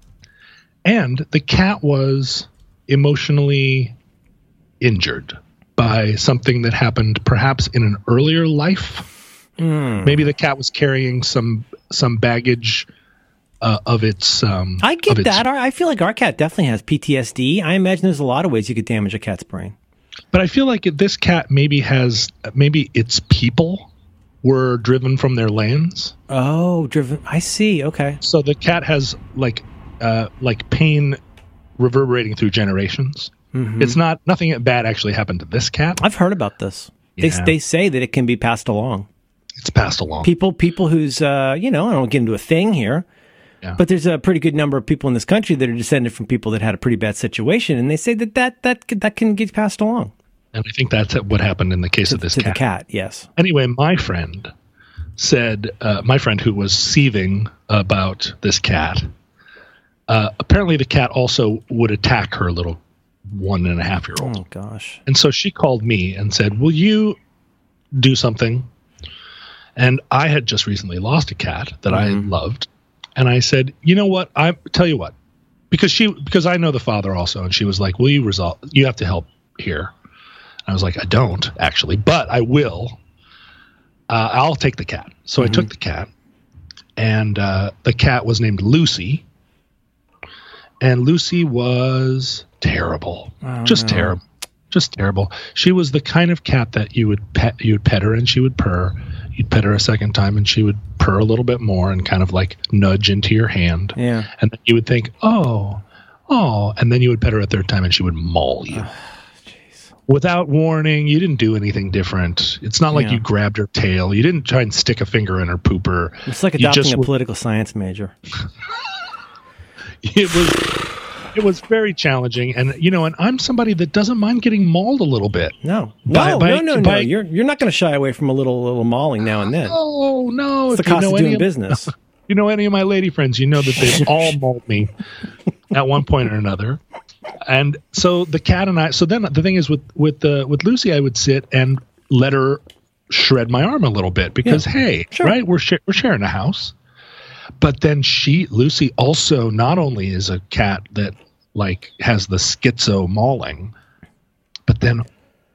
S1: And the cat was emotionally injured by something that happened perhaps in an earlier life.
S2: Hmm.
S1: Maybe the cat was carrying some some baggage uh, of its um
S2: I
S1: of
S2: get
S1: its-
S2: that. Our, I feel like our cat definitely has PTSD. I imagine there's a lot of ways you could damage a cat's brain.
S1: But I feel like this cat maybe has maybe its people were driven from their lands.
S2: Oh, driven. I see. Okay.
S1: So the cat has like uh like pain reverberating through generations.
S2: Mm-hmm.
S1: It's not nothing bad actually happened to this cat.
S2: I've heard about this.
S1: Yeah.
S2: They they say that it can be passed along.
S1: It's passed along.
S2: people people who's uh, you know I don't get into a thing here,
S1: Yeah.
S2: but there's a pretty good number of people in this country that are descended from people that had a pretty bad situation, and they say that that that that can get passed along
S1: And I think that's what happened in the case of this
S2: to
S1: cat.
S2: the cat. Yes.
S1: Anyway, my friend said, uh, my friend who was seething about this cat, uh, apparently the cat also would attack her little one and a half year old.
S2: Oh gosh.
S1: And so she called me and said, Will you do something? And I had just recently lost a cat that I loved. And I said, You know what? I tell you what. Because she because I know the father also, and she was like, Will you resolve you have to help here? And I was like, I don't actually, but I will. Uh, I'll take the cat. So I took the cat, and uh, the cat was named Lucy. And Lucy was terrible, just terrible, just terrible. She was the kind of cat that you would pet, you'd pet her, and she would purr. You'd pet her a second time, and she would purr a little bit more, and kind of like nudge into your hand.
S2: Yeah.
S1: And then you would think, oh, oh, and then you would pet her a third time, and she would maul you without warning. You didn't do anything different. It's not like
S2: Yeah.
S1: you grabbed her tail. You didn't try and stick a finger in her pooper.
S2: It's like
S1: You
S2: adopting
S1: just
S2: a
S1: were-
S2: political science major.
S1: it was it was very challenging. And you know, and I'm somebody that doesn't mind getting mauled a little bit.
S2: No. No,
S1: By- by-
S2: no, no, no.
S1: by-
S2: you're you're not going to shy away from a little little mauling now and then.
S1: Oh no!
S2: It's the
S1: if you
S2: cost
S1: know
S2: of
S1: any
S2: doing
S1: of-
S2: business.
S1: you know any of my lady friends, you know that they've all mauled me at one point or another. And so the cat and I. So then the thing is with with uh, with Lucy, I would sit and let her shred my arm a little bit because hey, right, we're sh- we're sharing a house. But then she, Lucy, also not only is a cat that like has the schizo mauling, but then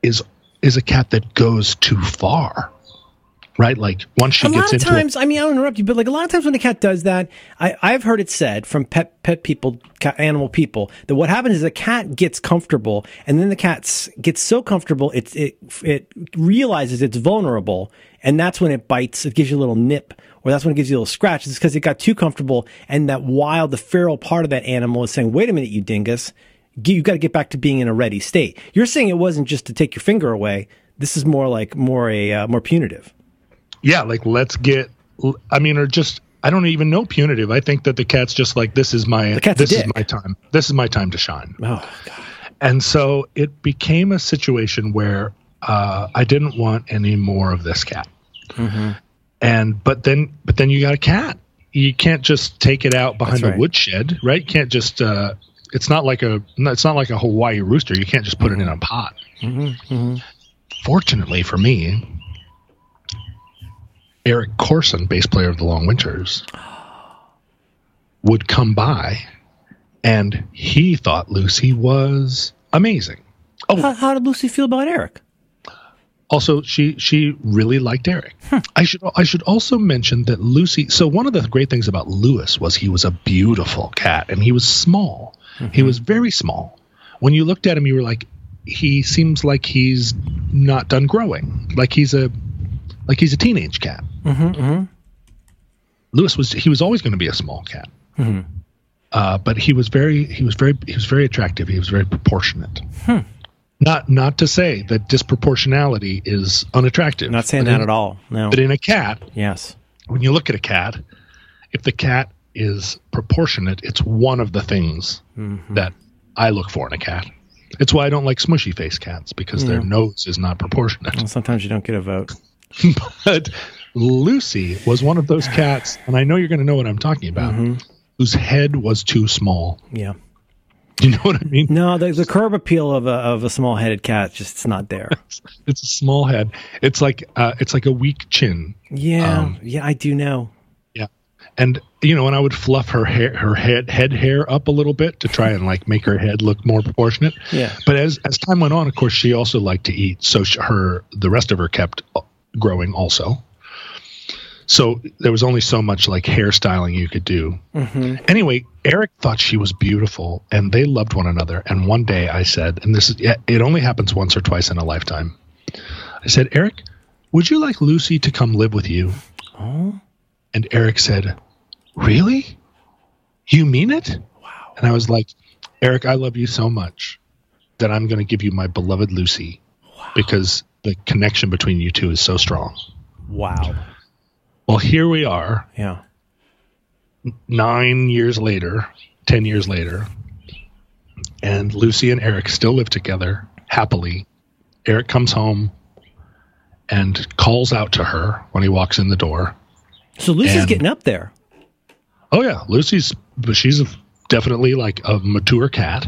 S1: is is a cat that goes too far, right? Like once she
S2: a
S1: gets
S2: lot of
S1: into it,
S2: times, I mean, I'll interrupt you, but like a lot of times when a cat does that, I, I've heard it said from pet pet people, ca- animal people, that what happens is the cat gets comfortable, and then the cat s- gets so comfortable it it it realizes it's vulnerable, and that's when it bites. It gives you a little nip, or that's when it gives you a little scratch. It's because it got too comfortable, and that wild, the feral part of that animal is saying, "Wait a minute, you dingus." G- you got to get back to being in a ready state. You're saying it wasn't just to take your finger away. This is more like more a uh, more punitive.
S1: yeah, like let's get. I mean, or just I don't even know punitive. I think that the cat's just like this is my
S2: cat's a
S1: this is
S2: dick.
S1: my time. This is my time to shine.
S2: Oh
S1: And so it became a situation where uh, I didn't want any more of this cat. And but then but then you got a cat. You can't just take it out behind
S2: That's
S1: the
S2: right.
S1: woodshed, right? You can't just. Uh, it's not like a. no, It's not like a Hawaii rooster. You can't just put it in a pot.
S2: Mm-hmm,
S1: Fortunately for me, Eric Corson, bass player of the Long Winters, would come by, and he thought Lucy was amazing.
S2: How, how did Lucy feel about Eric?
S1: also she she really liked Eric. I should I should also mention that Lucy. So one of the great things about Lewis was he was a beautiful cat and he was small. He was very small. When you looked at him, you were like, he seems like he's not done growing. Like he's a like he's a teenage cat.
S2: Mm-hmm,
S1: Lewis was he was always going to be a small cat.
S2: Mm-hmm.
S1: Uh, but he was very he was very he was very attractive. He was very proportionate.
S2: Hmm.
S1: Not not to say that disproportionality is unattractive.
S2: Not saying
S1: but
S2: that
S1: in-
S2: at all. No.
S1: But in a cat,
S2: Yes.
S1: when you look at a cat, if the cat is proportionate, it's one of the things
S2: Mm-hmm.
S1: that I look for in a cat. It's why I don't like smushy face cats because their nose is not proportionate.
S2: Well, sometimes you don't get a vote.
S1: but Lucy was one of those cats, and I know you're going to know what I'm talking about, whose head was too small.
S2: Yeah.
S1: You know what I mean?
S2: No, the, the curb appeal of a of a small headed cat just it's not there.
S1: It's a small head. It's like uh, it's like a weak chin.
S2: Yeah.
S1: Um,
S2: yeah, I do know.
S1: Yeah. And you know, and I would fluff her hair, her head head hair up a little bit to try and like make her head look more proportionate.
S2: Yeah.
S1: But as as time went on, of course, she also liked to eat, so she, her the rest of her kept uh, growing also. So there was only so much like hairstyling you could do. Anyway, Eric thought she was beautiful, and they loved one another. And one day I said, and this is yeah, it only happens once or twice in a lifetime. I said, Eric, would you like Lucy to come live with you? And Eric said, Really? You mean it? Wow. And I was like, Eric, I love you so much that I'm going to give you my beloved Lucy because the connection between you two is so strong.
S2: Wow.
S1: Well, here we are,
S2: Yeah.
S1: nine years later, 10 years later, and Lucy and Eric still live together happily. Eric comes home and calls out to her when he walks in the door.
S2: So Lucy's
S1: And-
S2: getting up there. Mm-hmm.
S1: Oh yeah, Lucy's she's a, definitely like a mature cat.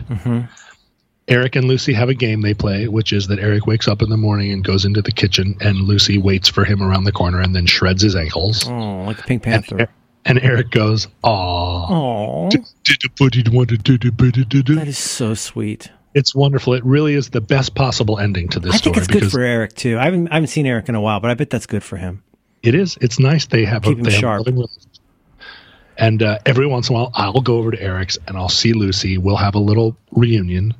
S1: Eric and Lucy have a game they play, which is that Eric wakes up in the morning and goes into the kitchen, and Lucy waits for him around the corner and then shreds his ankles.
S2: Oh, like the Pink Panther.
S1: And Eric goes, "Aw,
S2: Oh, that is so sweet.
S1: it's wonderful. It really is the best possible ending to this
S2: I think
S1: story
S2: it's good for Eric too. I haven't I haven't seen Eric in a while, but I bet that's good for him.
S1: it is. It's nice they have
S2: Keep him
S1: they have
S2: sharp.
S1: loving relationship. and uh, every once in a while, I'll go over to Eric's and I'll see Lucy. We'll have a little reunion.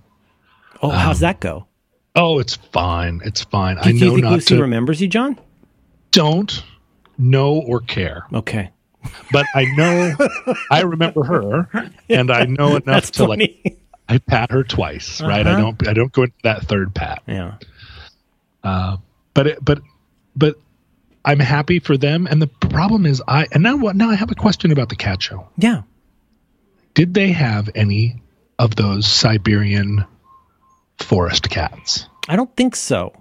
S2: Oh, how's that go?
S1: Oh, it's fine. It's fine.
S2: Do
S1: Um, I know
S2: you think
S1: not
S2: Lucy
S1: to.
S2: remembers you, John?
S1: don't know or care,
S2: Okay,
S1: but I know I remember her, and I know enough
S2: that's
S1: to like.
S2: funny.
S1: I pat her twice, right? I
S2: Uh-huh.
S1: don't. I don't go into that third pat.
S2: yeah,
S1: But it, but but I'm happy for them. And the problem is, I and now what? Now I have a question about the cat show.
S2: yeah.
S1: Did they have any of those Siberian forest cats?
S2: I don't think so.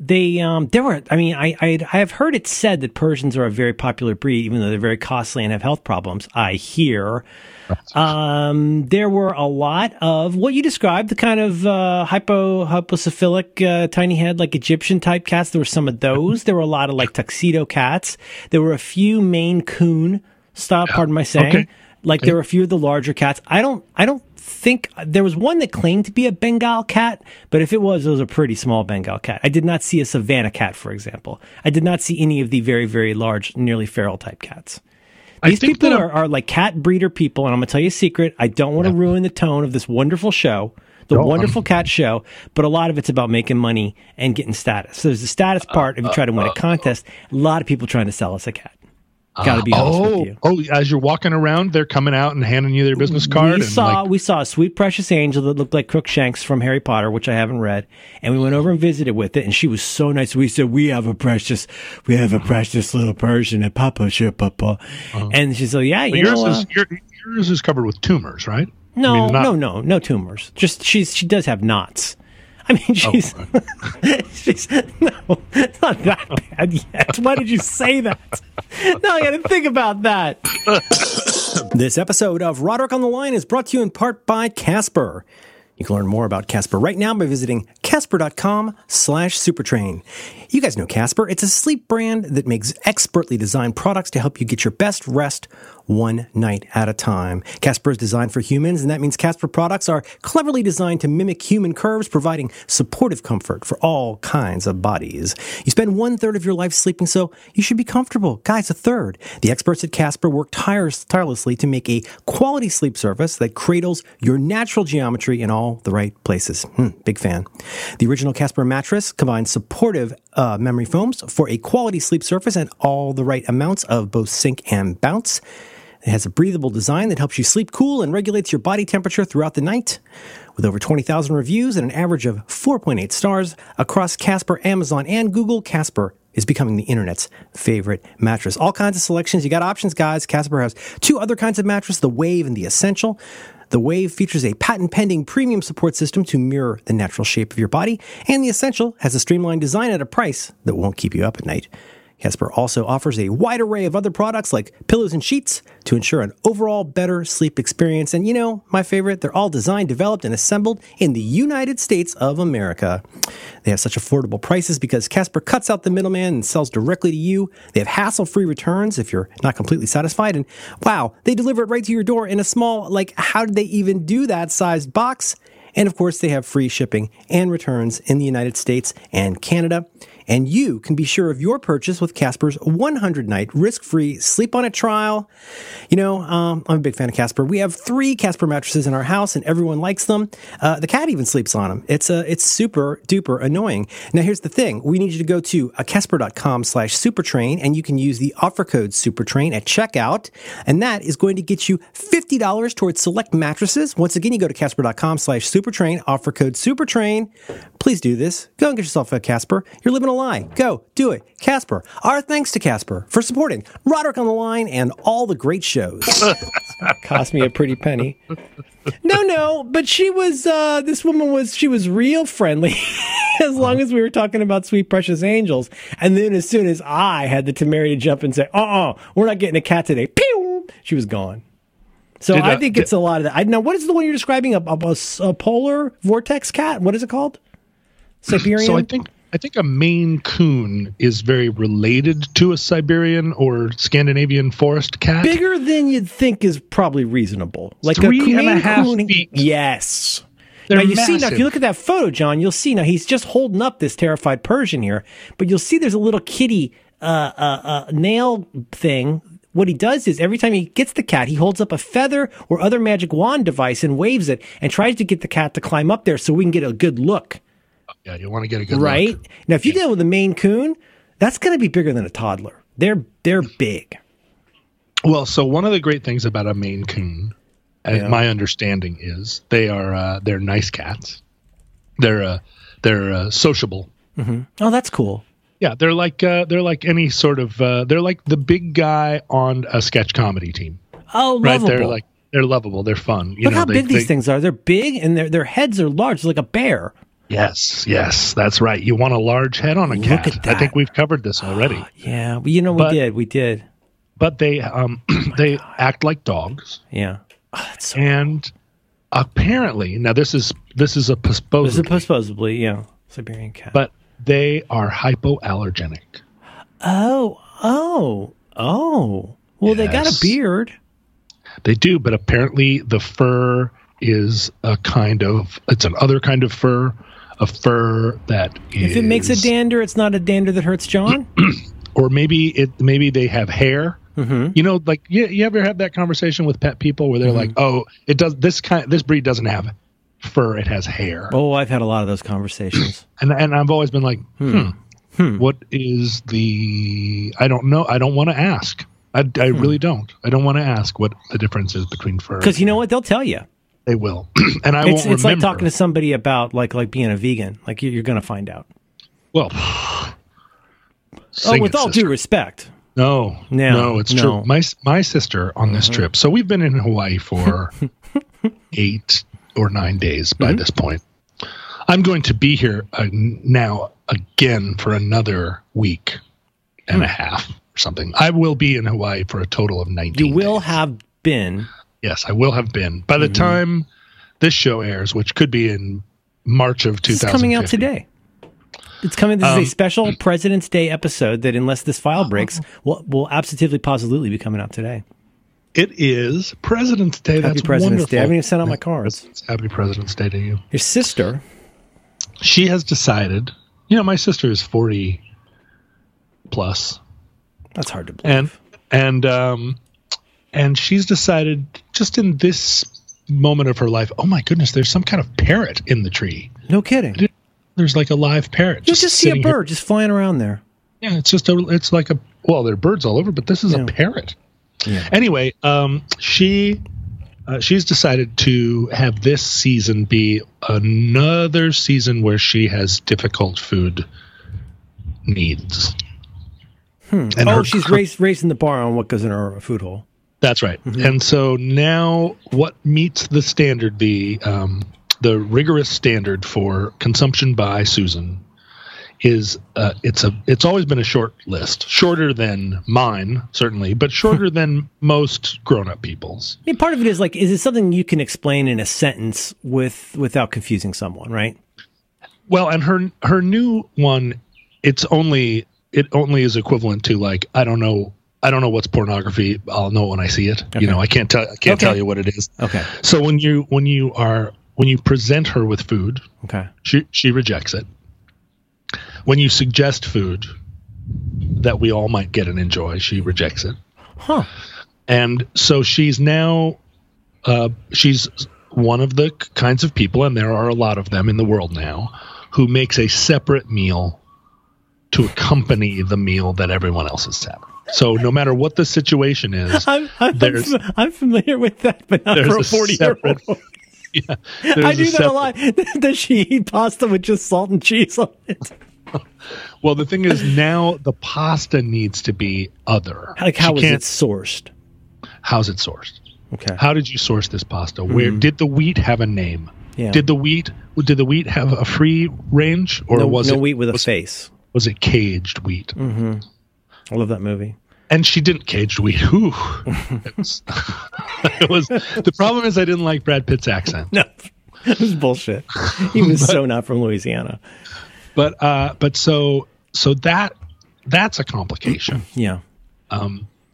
S2: They um there were I mean I I I have heard it said that Persians are a very popular breed even though they're very costly and have health problems. I hear um there were a lot of what you described the kind of uh hypo hypocephalic uh, tiny head like Egyptian type cats there were some of those. there were a lot of like tuxedo cats. There were a few Maine coon stop pardon my saying.
S1: Okay.
S2: Like there were a few of the larger cats. I don't I don't think there was one that claimed to be a Bengal cat, but if it was, it was a pretty small Bengal cat. I did not see a savannah cat, for example. I did not see any of the very, very large, nearly feral type cats. These
S1: think
S2: people
S1: that I'm-
S2: are, are like cat breeder people, and I'm gonna tell you a secret. I don't want to ruin the tone of this wonderful show. The
S1: I'm-
S2: wonderful cat show, but a lot of it's about making money and getting status. So there's the status
S1: Uh,
S2: part. If you try to win a contest, a lot of people trying to sell us a cat. Gotta be honest with
S1: Oh,
S2: you.
S1: oh! As you're walking around, they're coming out and handing you their business card.
S2: We
S1: and
S2: saw
S1: like,
S2: we saw a sweet precious angel that looked like Crookshanks from Harry Potter, which I haven't read, and we went over and visited with it, and she was so nice. We said, "We have a precious, we have a precious little Persian at Papa Ship Papa," and she said, "Yeah, you
S1: Uh-huh. yours
S2: know, uh,
S1: is your, yours is covered with tumors, right? I
S2: no,
S1: mean, not-
S2: no, no, no tumors. Just she's she does have knots.
S1: Oh,
S2: I mean, she's she's no, it's not that bad yet. Why did you say that? Now I got to think about that. This episode of Roderick on the Line is brought to you in part by Casper. You can learn more about Casper right now by visiting casper.com slash supertrain. You guys know Casper. It's a sleep brand that makes expertly designed products to help you get your best rest one night at a time. Casper is designed for humans, and that means Casper products are cleverly designed to mimic human curves, providing supportive comfort for all kinds of bodies. You spend one third of your life sleeping, so you should be comfortable. Guys, a third. The experts at Casper work tires- tirelessly to make a quality sleep service that cradles your natural geometry in all the right places. Hmm, big fan. The original Casper mattress combines supportive uh, memory foams for a quality sleep surface and all the right amounts of both sink and bounce. It has a breathable design that helps you sleep cool and regulates your body temperature throughout the night. With over 20,000 reviews and an average of 4.8 stars across Casper, Amazon, and Google, Casper is becoming the internet's favorite mattress. All kinds of selections. You got options, guys. Casper has two other kinds of mattress, the Wave and the Essential. The Wave features a patent pending premium support system to mirror the natural shape of your body, and the Essential has a streamlined design at a price that won't keep you up at night. Casper also offers a wide array of other products like pillows and sheets to ensure an overall better sleep experience. And you know, my favorite, they're all designed, developed, and assembled in the United States of America. They have such affordable prices because Casper cuts out the middleman and sells directly to you. They have hassle free returns if you're not completely satisfied. And wow, they deliver it right to your door in a small, like, how did they even do that sized box? And of course, they have free shipping and returns in the United States and Canada. And you can be sure of your purchase with Casper's 100 night risk free sleep on it trial. You know, um, I'm a big fan of Casper. We have three Casper mattresses in our house, and everyone likes them. Uh, the cat even sleeps on them. It's uh, it's super duper annoying. Now, here's the thing: we need you to go to uh, Casper.com/supertrain, and you can use the offer code Supertrain at checkout, and that is going to get you fifty dollars towards select mattresses. Once again, you go to Casper.com/supertrain, offer code Supertrain. Please do this. Go and get yourself a Casper. You're living a lie. Go do it, Casper. Our thanks to Casper for supporting Roderick on the Line and all the great shows. Cost me a pretty penny. No, no, but she was. Uh, this woman was. She was real friendly. as long as we were talking about sweet precious angels, and then as soon as I had the temerity to jump and say, "Uh, uh-uh, uh, we are not getting a cat today," pew, she was gone. So
S1: Did,
S2: I
S1: uh,
S2: think
S1: did-
S2: it's a lot of that. I, now, what is the one you're describing? A, a- a s- a polar vortex cat? What is it called? Siberian.
S1: So I think I think a Maine Coon is very related to a Siberian or Scandinavian forest cat.
S2: bigger than you'd think is probably reasonable. Like
S1: Three
S2: a
S1: and a
S2: Maine
S1: half
S2: Coon-
S1: feet.
S2: Yes.
S1: They're
S2: now you see now if
S1: massive.
S2: you look at that photo, John, you'll see now he's just holding up this terrified Persian here, but you'll see there's a little kitty uh, uh, uh, nail thing. What he does is every time he gets the cat, he holds up a feather or other magic wand device and waves it and tries to get the cat to climb up there so we can get a good look.
S1: yeah, you want to get a good
S2: Right
S1: look.
S2: now, if you deal with a Maine Coon, that's going to be bigger than a toddler. They're they're big.
S1: Well, so one of the great things about a Maine Coon, uh, my understanding is they are uh, they're nice cats. They're uh, they're uh, sociable.
S2: Oh, that's cool.
S1: Yeah, they're like uh, they're like any sort of uh, they're like the big guy on a sketch comedy team.
S2: Oh, lovable.
S1: Right? They're like they're lovable. They're fun. You
S2: Look
S1: know,
S2: how
S1: they-
S2: big
S1: they-
S2: these things are. They're big and their their heads are large, like a bear.
S1: Yes, yes, that's right. You want a large head on a cat.
S2: at
S1: I
S2: that. Ah.
S1: think we've covered this already.
S2: Yeah, well, you know we
S1: But-
S2: did, we did.
S1: But they um they act like dogs
S2: Yeah. Oh, that's so,
S1: and apparently now this is this is a
S2: This is
S1: supposed
S2: supposedly, yeah, Siberian cat.
S1: but they are hypoallergenic.
S2: oh, oh, oh. Well, they got a
S1: Yes.
S2: beard.
S1: They do, but apparently the fur is a kind of it's an other kind of fur, a fur that
S2: If it makes a dander, it's not a dander that hurts John.
S1: or maybe it maybe they have hair.
S2: Mm-hmm.
S1: You know, like you, you ever have that conversation with pet people where they're like, "Oh, it does this kind this breed doesn't have fur; it has hair."
S2: oh, I've had a lot of those conversations.
S1: And and I've always been like, "Hmm, what is the? I don't know. I don't want to ask. I, I
S2: Hmm.
S1: really don't. I don't want to ask what the difference is between fur.
S2: Because you know what? They'll tell you.
S1: They will, and I
S2: It's
S1: won't
S2: it's like
S1: remember.
S2: talking to somebody about like like being a vegan. Like you- you're going to find out.
S1: well.
S2: oh, with all due respect.
S1: No,
S2: No,
S1: no, it's
S2: no. Uh-huh.
S1: true. My my sister on this trip. So we've been in Hawaii for eight or nine days
S2: Mm-hmm.
S1: by this point. I'm going to be here uh, now again for another week and a
S2: Hmm.
S1: half or something. I will be in Hawaii for a total of 19.
S2: You will Mm-hmm.
S1: days.
S2: have been
S1: Yes, I will have been by the time this show airs, which could be in March of
S2: This
S1: 2000.
S2: is coming out today. It's coming. This is a special President's Day episode that, unless this file breaks, will will absolutely positively be coming out today.
S1: It is President's Day.
S2: Happy
S1: That's
S2: President's
S1: wonderful.
S2: Day! I haven't even sent out my cards.
S1: Happy President's Day to you.
S2: Your sister,
S1: she has decided you know my sister is 40 plus
S2: that's hard to believe.
S1: and and um and she's decided just in this moment of her life oh my goodness there's some kind of parrot in the tree
S2: No kidding. You
S1: there's like a live parrot
S2: just, see a
S1: sitting here.
S2: bird just flying around there.
S1: yeah it's just a it's like a well there are birds all over but this is a parrot anyway um she uh, she's decided to have this season be another season where she has difficult food needs. And
S2: oh,
S1: her
S2: she's
S1: cur-
S2: raised, raising the bar on what goes in her food hole.
S1: that's right. And so now, what meets the standard, the um, the rigorous standard for consumption by Susan, is uh, it's a it's always been a short list, shorter than mine certainly, but shorter than most grown up people's.
S2: I mean, part of it is like, is it something you can explain in a sentence with without confusing someone, right?
S1: Well, and her her new one, it's only it only is equivalent to like I don't know I don't know what's pornography. I'll know when I see it. You know I can't tell I can't
S2: Okay.
S1: tell you what it is.
S2: Okay.
S1: So when you when you are when you present her with food,
S2: Okay.
S1: she she rejects it. When you suggest food that we all might get and enjoy, she rejects it.
S2: Huh.
S1: And so she's now uh, she's one of the k- kinds of people, and there are a lot of them in the world now, who makes a separate meal to accompany the meal that everyone else is having. So no matter what the situation is,
S2: I'm I'm, I'm,
S1: There's-
S2: f- I'm familiar with that, but not
S1: there's
S2: for a
S1: a
S2: forty year
S1: separate
S2: old.
S1: yeah,
S2: I
S1: there's
S2: do
S1: a
S2: that
S1: sep-
S2: a lot. Does she eat pasta with just salt and cheese on it?
S1: Well, the thing is now the pasta needs to be other.
S2: Like how
S1: She
S2: is it
S1: can't-
S2: sourced?
S1: How's it sourced?
S2: Okay.
S1: How did you source this pasta? Where did the wheat have a name?
S2: Yeah.
S1: Did the wheat did the wheat have a free range or
S2: no
S1: was
S2: no
S1: it
S2: wheat with a Mm.
S1: was,
S2: face.
S1: was it caged wheat?
S2: I love that movie.
S1: and she didn't caged weed. Ooh. It was, it was the problem is I didn't like Brad Pitt's accent.
S2: No, this is bullshit. He was so not from Louisiana.
S1: But uh but so so that that's a complication.
S2: Yeah.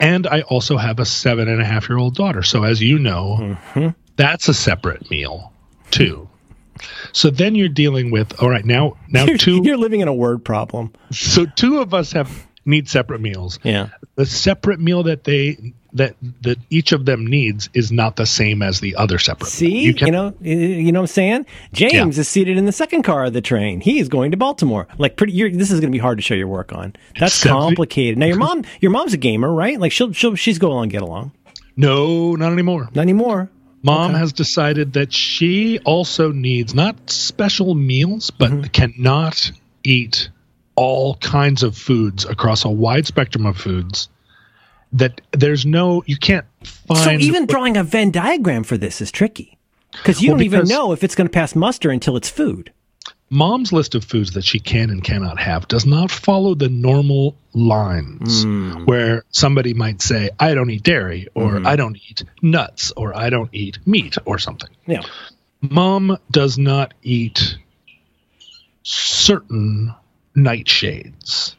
S1: And I also have a seven and a half year old daughter. So as you know,
S2: Mm-hmm.
S1: that's a separate meal too. So then you're dealing with all right now now
S2: You're,
S1: 2
S2: you're living in a word problem.
S1: so two of us have need separate meals.
S2: Yeah.
S1: the separate meal that they that that each of them needs is not the same as the other separate. meal.
S2: See, you, know, you you know what I'm saying? James is seated in the second car of the train. He is going to Baltimore. Like pretty you're, this is going to be hard to show your work on. That's
S1: Seven-
S2: complicated. Now your mom, your mom's a gamer, right? Like she'll she'll she's go along get along.
S1: no, not anymore.
S2: Not anymore.
S1: Mom has decided that she also needs not special meals, but
S2: Mm-hmm.
S1: cannot eat all kinds of foods across a wide spectrum of foods. That there's no, you can't
S2: So
S1: find.
S2: even drawing a Venn diagram for this is tricky. Cuz you
S1: Well,
S2: don't even
S1: because-
S2: know if it's going to pass muster until it's food.
S1: mom's list of foods that she can and cannot have does not follow the normal lines
S2: Mm.
S1: where somebody might say i don't eat dairy or
S2: Mm-hmm.
S1: i don't eat nuts or i don't eat meat or something
S2: Yeah.
S1: mom does not eat certain nightshades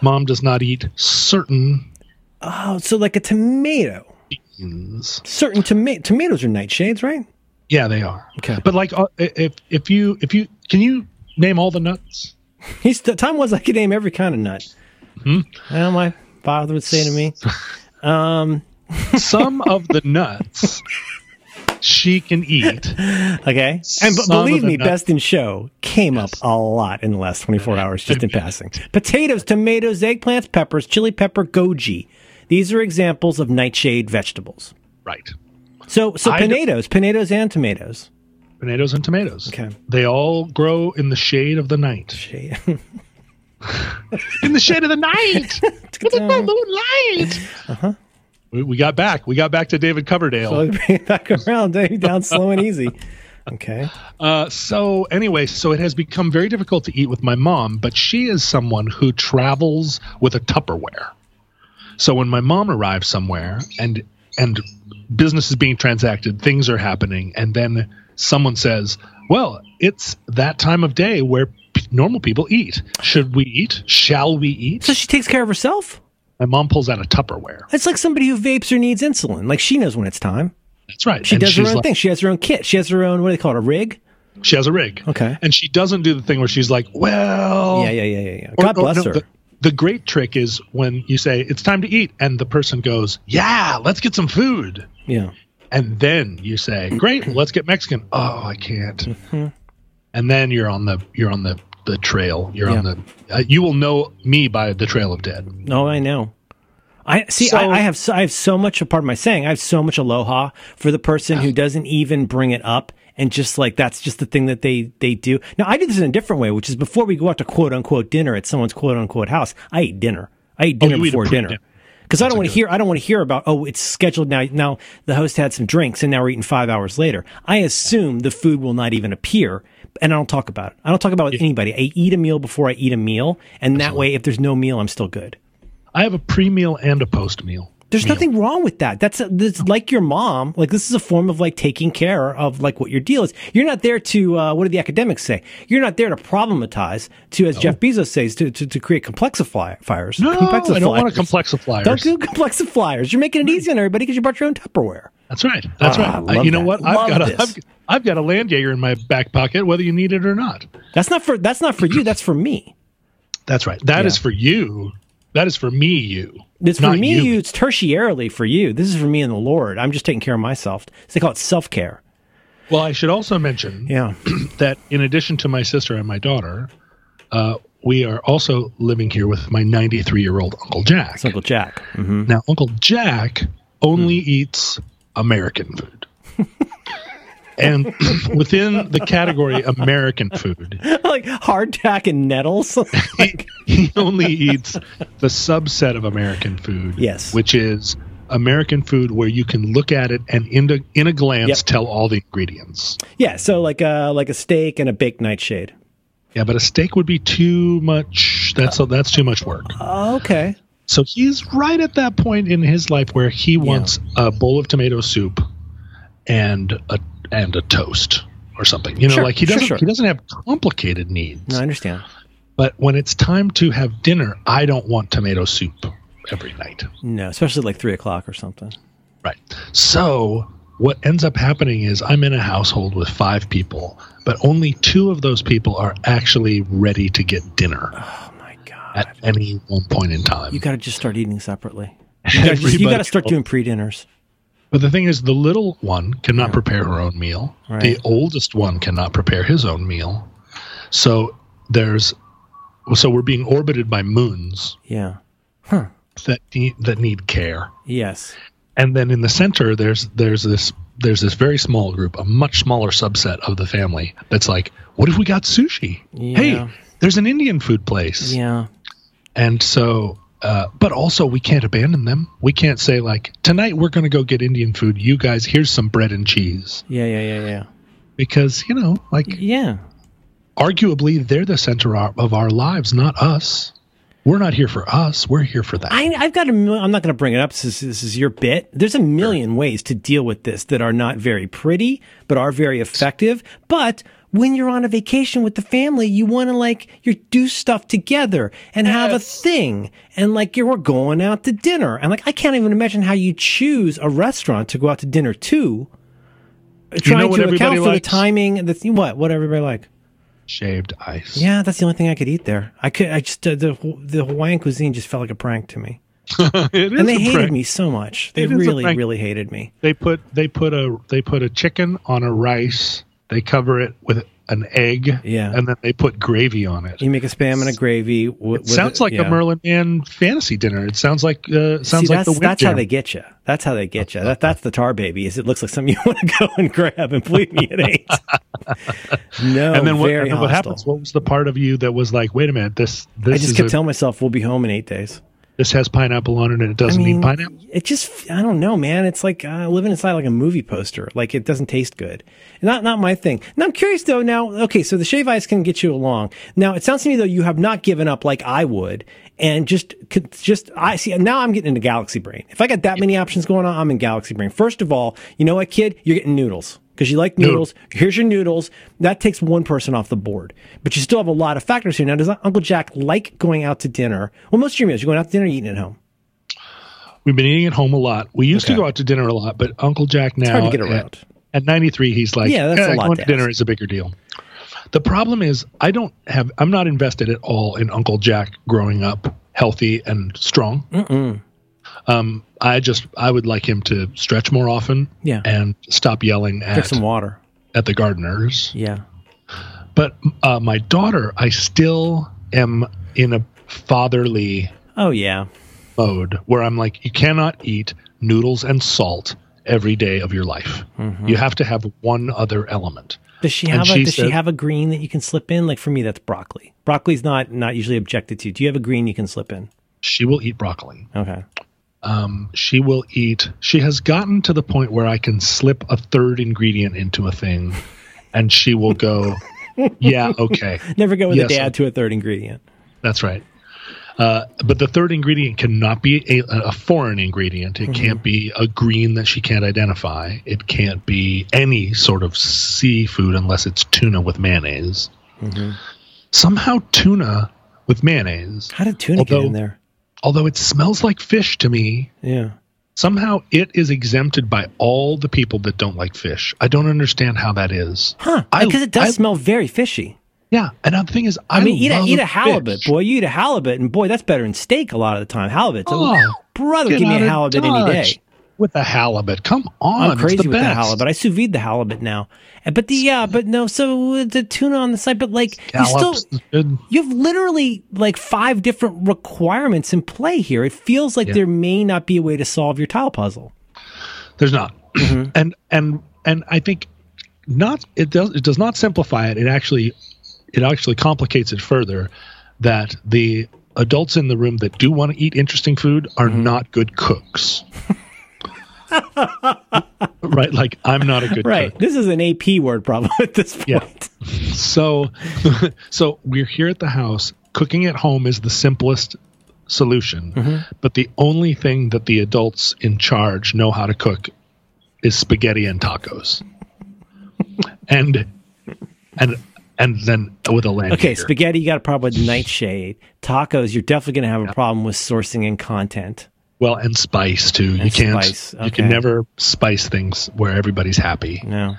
S1: mom does not eat certain
S2: Oh, so like a tomato.
S1: beans
S2: Certain toma- tomatoes are nightshades, right?
S1: yeah they are
S2: Okay.
S1: but like uh, if if you if you can you name all the nuts
S2: He's the time was I could name every kind of nut.
S1: Hmm?
S2: Well, my father would say to me,
S1: some of the nuts she can eat
S2: Okay. And but
S1: Son of
S2: believe
S1: a
S2: me,
S1: nut.
S2: Best in Show came up a lot in the last 24 hours, just in passing. Potatoes, tomatoes, eggplants, peppers, chili pepper, goji. These are examples of nightshade vegetables.
S1: Right.
S2: So, so
S1: I don't-
S2: pinedos, pinedos and tomatoes.
S1: Tomatoes and tomatoes.
S2: Okay.
S1: They all grow in the shade of the night.
S2: Shade.
S1: In the shade of the night. Look at that moonlight. Uh-huh. We, we got back. We got back to David Coverdale.
S2: Bring it back around, eh? down slow and easy. Okay.
S1: Uh, so anyway, so it has become very difficult to eat with my mom, but she is someone who travels with a Tupperware. So when my mom arrives somewhere and and business is being transacted, things are happening, and then someone says, "Well, it's that time of day where p- normal people eat. Should we eat? Shall we eat?"
S2: So she takes care of herself.
S1: My mom pulls out a Tupperware.
S2: It's like somebody who vapes or needs insulin. Like she knows when it's time.
S1: That's right.
S2: She
S1: And
S2: does her
S1: she's
S2: own
S1: like-
S2: thing. She has her own kit. She has her own, what do they call it, a rig?
S1: She has a rig.
S2: Okay.
S1: And she doesn't do the thing where she's like, "Well,
S2: Yeah, yeah, yeah, yeah, yeah.
S1: Oh. Or-
S2: God
S1: or
S2: bless
S1: no,
S2: her.
S1: The, the great trick is when you say it's time to eat, and the person goes, "Yeah, let's get some food,"
S2: yeah.
S1: and then you say, "Great, well, let's get Mexican." Oh, I can't.
S2: Mm-hmm.
S1: And then you're on the you're on the the trail. You're on
S2: Yeah.
S1: the. Uh, you will know me by the trail of dead.
S2: No, I know. I see.
S1: So-
S2: I, I have. So, I have so much. Part of my saying. I have so much aloha for the person who doesn't even bring it up, and just like that's just the thing that they they do. Now I do this in a different way, which is before we go out to quote unquote dinner at someone's quote unquote house. I eat dinner. I eat dinner
S1: Oh, you eat a
S2: before
S1: pre-dinner.
S2: dinner. Because I don't want to hear, I don't want to hear about. Oh, it's scheduled now. Now the host had some drinks, and now we're eating five hours later. I assume the food will not even appear, and I don't talk about it. I don't talk about it with anybody. I eat a meal before I eat a meal, and that way, if there's no meal, I'm still good.
S1: I have a pre meal and a post meal.
S2: There's nothing wrong with that. That's, that's like your mom. Like this is a form of like taking care of like what your deal is. You're not there to uh, what do the academics say? You're not there to problematize. To as Jeff Bezos says, to to, to create complexifiers.
S1: No, I don't want to complexifiers.
S2: Complexifiers. Don't do complexifiers. You're making it easy on everybody because you brought your own Tupperware.
S1: That's right. That's
S2: Ah,
S1: right.
S2: I
S1: Uh,
S2: love
S1: you know
S2: that.
S1: what?
S2: Love
S1: I've got
S2: this.
S1: a I've, I've got a land jaeger in my back pocket, whether you need it or not.
S2: That's not for that's not for you. That's for me.
S1: That's right. That is for you. That is for me. You.
S2: It's for
S1: Not
S2: me. You. It's tertiarily for you. This is for me and the Lord. I'm just taking care of myself. So they call it self care.
S1: Well, I should also mention
S2: Yeah.
S1: that in addition to my sister and my daughter, uh, we are also living here with my 93 year old Uncle Jack.
S2: Uncle Jack. Mhm.
S1: Now, Uncle Jack only
S2: Hmm.
S1: eats American food. and within the category American food,
S2: like hardtack and nettles.
S1: he only eats the subset of American food.
S2: Yes.
S1: Which is American food where you can look at it and in a, in a glance
S2: Yep.
S1: tell all the ingredients.
S2: Yeah, so like a like a steak and a baked nightshade.
S1: Yeah, but a steak would be too much. That's that's too much work.
S2: Oh, Okay.
S1: So he's right at that point in his life where he wants a bowl of tomato soup and a and a toast or something. You know,
S2: Sure,
S1: like he
S2: sure,
S1: doesn't
S2: sure.
S1: he doesn't have complicated needs.
S2: No, I understand.
S1: But when it's time to have dinner, I don't want tomato soup every night.
S2: No, especially like three o'clock or something.
S1: Right. So what ends up happening is I'm in a household with five people, but only two of those people are actually ready to get dinner
S2: Oh my god.
S1: at any one point in time.
S2: You got to just start eating separately. You gotta just- You got to
S1: Everybody-
S2: start doing pre dinners.
S1: But the thing is, the little one cannot prepare her own meal.
S2: Right.
S1: The oldest one cannot prepare his own meal. So there's, so we're being orbited by moons
S2: Yeah.
S1: that need, that need care.
S2: Yes.
S1: And then in the center, there's there's this there's this very small group, a much smaller subset of the family that's like, what if we got sushi?
S2: Yeah.
S1: Hey, there's an Indian food place.
S2: Yeah.
S1: And so, uh, but also we can't abandon them. We can't say like, tonight we're going to go get Indian food. You guys, here's some bread and cheese.
S2: Yeah. Yeah. Yeah. Yeah.
S1: because you know like
S2: Yeah.
S1: arguably they're the center o- of our lives not us we're not here for us we're here for that
S2: I, I've got a. mil- I'm not going to bring it up since this is your bit. There's a million ways to deal with this that are not very pretty, but are very effective. But when you're on a vacation with the family, you want to like you do stuff together and have a thing, and like you're going out to dinner, and like I can't even imagine how you choose a restaurant to go out to dinner to. Trying
S1: what
S2: to account
S1: everybody
S2: for the
S1: likes?
S2: timing, and the th- what what everybody like.
S1: shaved ice
S2: Yeah, that's the only thing I could eat there. I could. I just uh, the the Hawaiian cuisine just felt like a prank to me
S1: It is
S2: and they
S1: a
S2: hated
S1: prank.
S2: me so much. They
S1: It is a
S2: really,
S1: prank.
S2: really hated me.
S1: they put they put a they put a chicken on a rice they cover it with an egg
S2: Yeah.
S1: and then they put gravy on it
S2: You make a spam and a gravy. W- with
S1: sounds
S2: a,
S1: like
S2: yeah.
S1: a merlin man fantasy dinner it sounds like uh
S2: See,
S1: sounds like
S2: that's,
S1: the Wind
S2: that's how
S1: Jam.
S2: they get you. That's how they get you. That, that's the tar baby. Is it looks like something you want to go and grab, and believe me, it ain't. no,
S1: and then what,
S2: very
S1: and then what
S2: hostile.
S1: happens what was the part of you that was like wait a minute this this
S2: I just
S1: is
S2: kept
S1: a-
S2: telling myself we'll be home in eight days.
S1: this has pineapple on it and it
S2: I
S1: doesn't
S2: mean,
S1: need pineapple
S2: it just I don't know, man. It's like uh, living inside like a movie poster. Like it doesn't taste good. Not not my thing. Now I'm curious though. Now okay, so the shave ice can get you along. Now it sounds to me though you have not given up like I would, and just could- just I see now I'm getting into galaxy brain. If I got that many options going on, I'm in galaxy brain. First of all, you know what, kid, you're getting noodles. Because you like noodles, here's your noodles. That takes one person off the board, but you still have a lot of factors here. Now, does Uncle Jack like going out to dinner? Well, most of your meals, you're going out to dinner, you're eating at home.
S1: We've been eating at home a lot. We used
S2: Okay.
S1: to go out to dinner a lot, but Uncle Jack now
S2: hard to get around.
S1: At, at 93, he's like,
S2: Yeah, that's a
S1: "Eh,
S2: lot
S1: going
S2: to
S1: to dinner
S2: ask."
S1: is a bigger deal. The problem is, I don't have. I'm not invested at all in Uncle Jack growing up healthy and strong. Um, I just I would like him to stretch more often.
S2: Yeah.
S1: and stop yelling
S2: Drink
S1: at
S2: some water.
S1: at the gardeners.
S2: Yeah.
S1: But uh, my daughter, I still am in a fatherly
S2: Oh yeah.
S1: mode where I'm like, you cannot eat noodles and salt every day of your life.
S2: Mm-hmm.
S1: You have to have one other element.
S2: Does she
S1: And
S2: have a
S1: she
S2: does she
S1: said-
S2: have a green that you can slip in? Like for me, that's broccoli. Broccoli's not not usually objected to. Do you have a green you can slip in?
S1: She will eat broccoli.
S2: Okay.
S1: She will eat. She has gotten to the point where I can slip a third ingredient into a thing and she will go, yeah, okay.
S2: Never go with a
S1: Yes,
S2: dad
S1: I-
S2: to a third ingredient.
S1: That's right. Uh, but the third ingredient cannot be a, a foreign ingredient. It can't be a green that she can't identify. It can't be any sort of seafood unless it's tuna with mayonnaise. Somehow, tuna with mayonnaise,
S2: How did tuna get
S1: Although-
S2: in there?
S1: although it smells like fish to me,
S2: Yeah.
S1: somehow it is exempted by all the people that don't like fish. I don't understand how that is.
S2: Huh?
S1: I-
S2: Because it does
S1: I-
S2: smell very fishy.
S1: Yeah. And now the thing is, I,
S2: I, mean, eat a
S1: love
S2: eat a
S1: fish.
S2: halibut, boy. You eat a halibut, and boy, that's better than steak a lot of the time. Halibut's a
S1: Oh,
S2: brother.
S1: Get
S2: Give me
S1: out
S2: a
S1: of
S2: halibut any day.
S1: Dodge With a halibut, come on!
S2: I'm
S1: it's
S2: crazy
S1: the
S2: with the
S1: best.
S2: halibut. I sous vide the halibut now. Uh, But the yeah, but no. So uh, the tuna on the side, but like you
S1: Scallops
S2: still
S1: is good.
S2: you have literally like five different requirements in play here. It feels like there may not be a way to solve your tile puzzle.
S1: There's not, and and and I think not. It does. It does not simplify it. It actually, it actually complicates it further. That the adults in the room that do want to eat interesting food are not good cooks. right, like I'm not a good cook.
S2: This is an AP word problem at this point.
S1: Yeah. So, so we're here at the house. Cooking at home is the simplest solution.
S2: Mm-hmm.
S1: But the only thing that the adults in charge know how to cook is spaghetti and tacos. and and and then with a land.
S2: Okay, spaghetti, you got a problem with nightshade. Tacos, you're definitely going to have a problem with sourcing and content.
S1: Well, and spice too. you can't.
S2: spice,
S1: You
S2: okay.
S1: can never spice things where everybody's happy.
S2: No.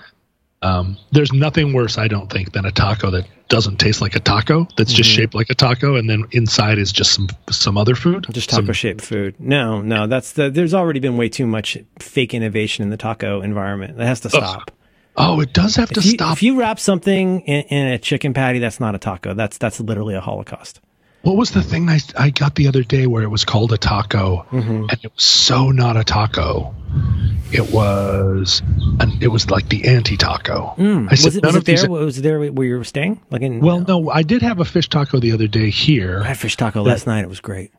S1: There's nothing worse, I don't think, than a taco that doesn't taste like a taco. That's just
S2: Mm-hmm.
S1: shaped like a taco, and then inside is just some some other food.
S2: Just
S1: Some-
S2: taco shaped food. No, no, that's the. There's already been way too much fake innovation in the taco environment. That has to stop.
S1: oh, it does have to
S2: If you,
S1: stop.
S2: if you wrap something in, in a chicken patty, that's not a taco. That's that's literally a holocaust.
S1: what was the thing I I got the other day where it was called a taco,
S2: Mm-hmm.
S1: and it was so not a taco. It was, and it was like the anti taco. I said
S2: Mm. Was it, was
S1: none
S2: it
S1: of these
S2: there?
S1: are-
S2: Was it there where you were staying? Like in
S1: well, no, I did have a fish taco the other day here.
S2: I had fish taco last night. It was great.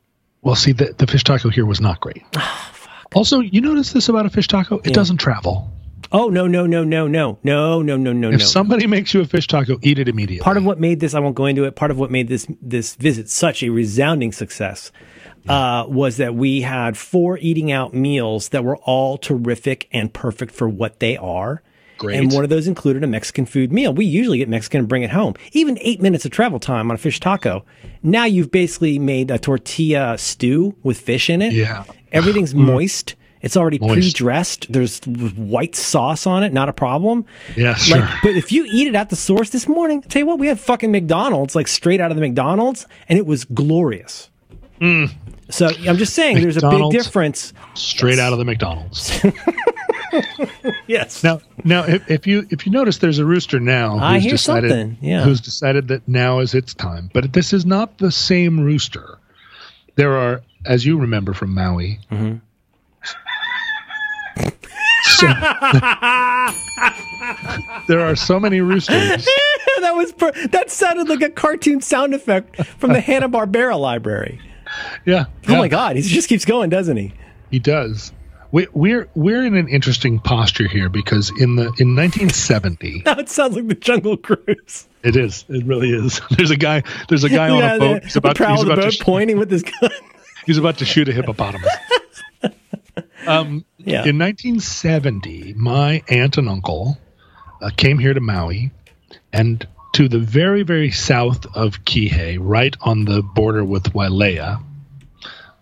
S1: Well, see, the, the fish taco here was not great.
S2: Ah,
S1: Also, you notice this about a fish taco? It doesn't travel.
S2: Oh no no no no no no no no no
S1: If
S2: no.
S1: somebody makes you a fish taco, eat it immediately.
S2: part of what made this I won't go into it. Part of what made this this visit such a resounding success uh, was that we had four eating out meals that were all terrific and perfect for what they are.
S1: Great.
S2: And one of those included a Mexican food meal. We usually get Mexican and bring it home. Even eight minutes of travel time on a fish taco. Now you've basically made a tortilla stew with fish in it.
S1: Yeah. Mm.
S2: Everything's moist. It's already
S1: Moist.
S2: pre-dressed. There's white sauce on it. Not a problem.
S1: Yeah, sure.
S2: Like, but if you eat it at the source this morning, I tell you what, we had fucking McDonald's, like straight out of the McDonald's, and it was glorious. So I'm just saying, there's a
S1: Mm. McDonald's.
S2: big difference.
S1: Straight out of the McDonald's.
S2: Yes.
S1: now, now, if, if you if you notice, there's a rooster now.
S2: I hear something, yeah.
S1: Who's decided that now is its time? But this is not the same rooster. There are, as you remember from Maui.
S2: Mm-hmm.
S1: so- there are so many roosters.
S2: that was per- that sounded like a cartoon sound effect from the Hanna Barbera library.
S1: Yeah.
S2: Oh my
S1: yeah.
S2: God, he just keeps going, doesn't he?
S1: He does. We, we're we're in an interesting posture here because in the in 1970,
S2: Now it sounds like the Jungle Cruise.
S1: it is it really is. There's a guy there's a guy on
S2: Yeah,
S1: a boat.
S2: the,
S1: He's
S2: the
S1: about,
S2: prow
S1: he's
S2: of the
S1: about
S2: boat
S1: to, sh-
S2: pointing with his gun.
S1: he's about to shoot a hippopotamus. um,
S2: Yeah.
S1: In 1970, my aunt and uncle uh, came here to Maui, and to the very very south of Kihei, right on the border with Wailea,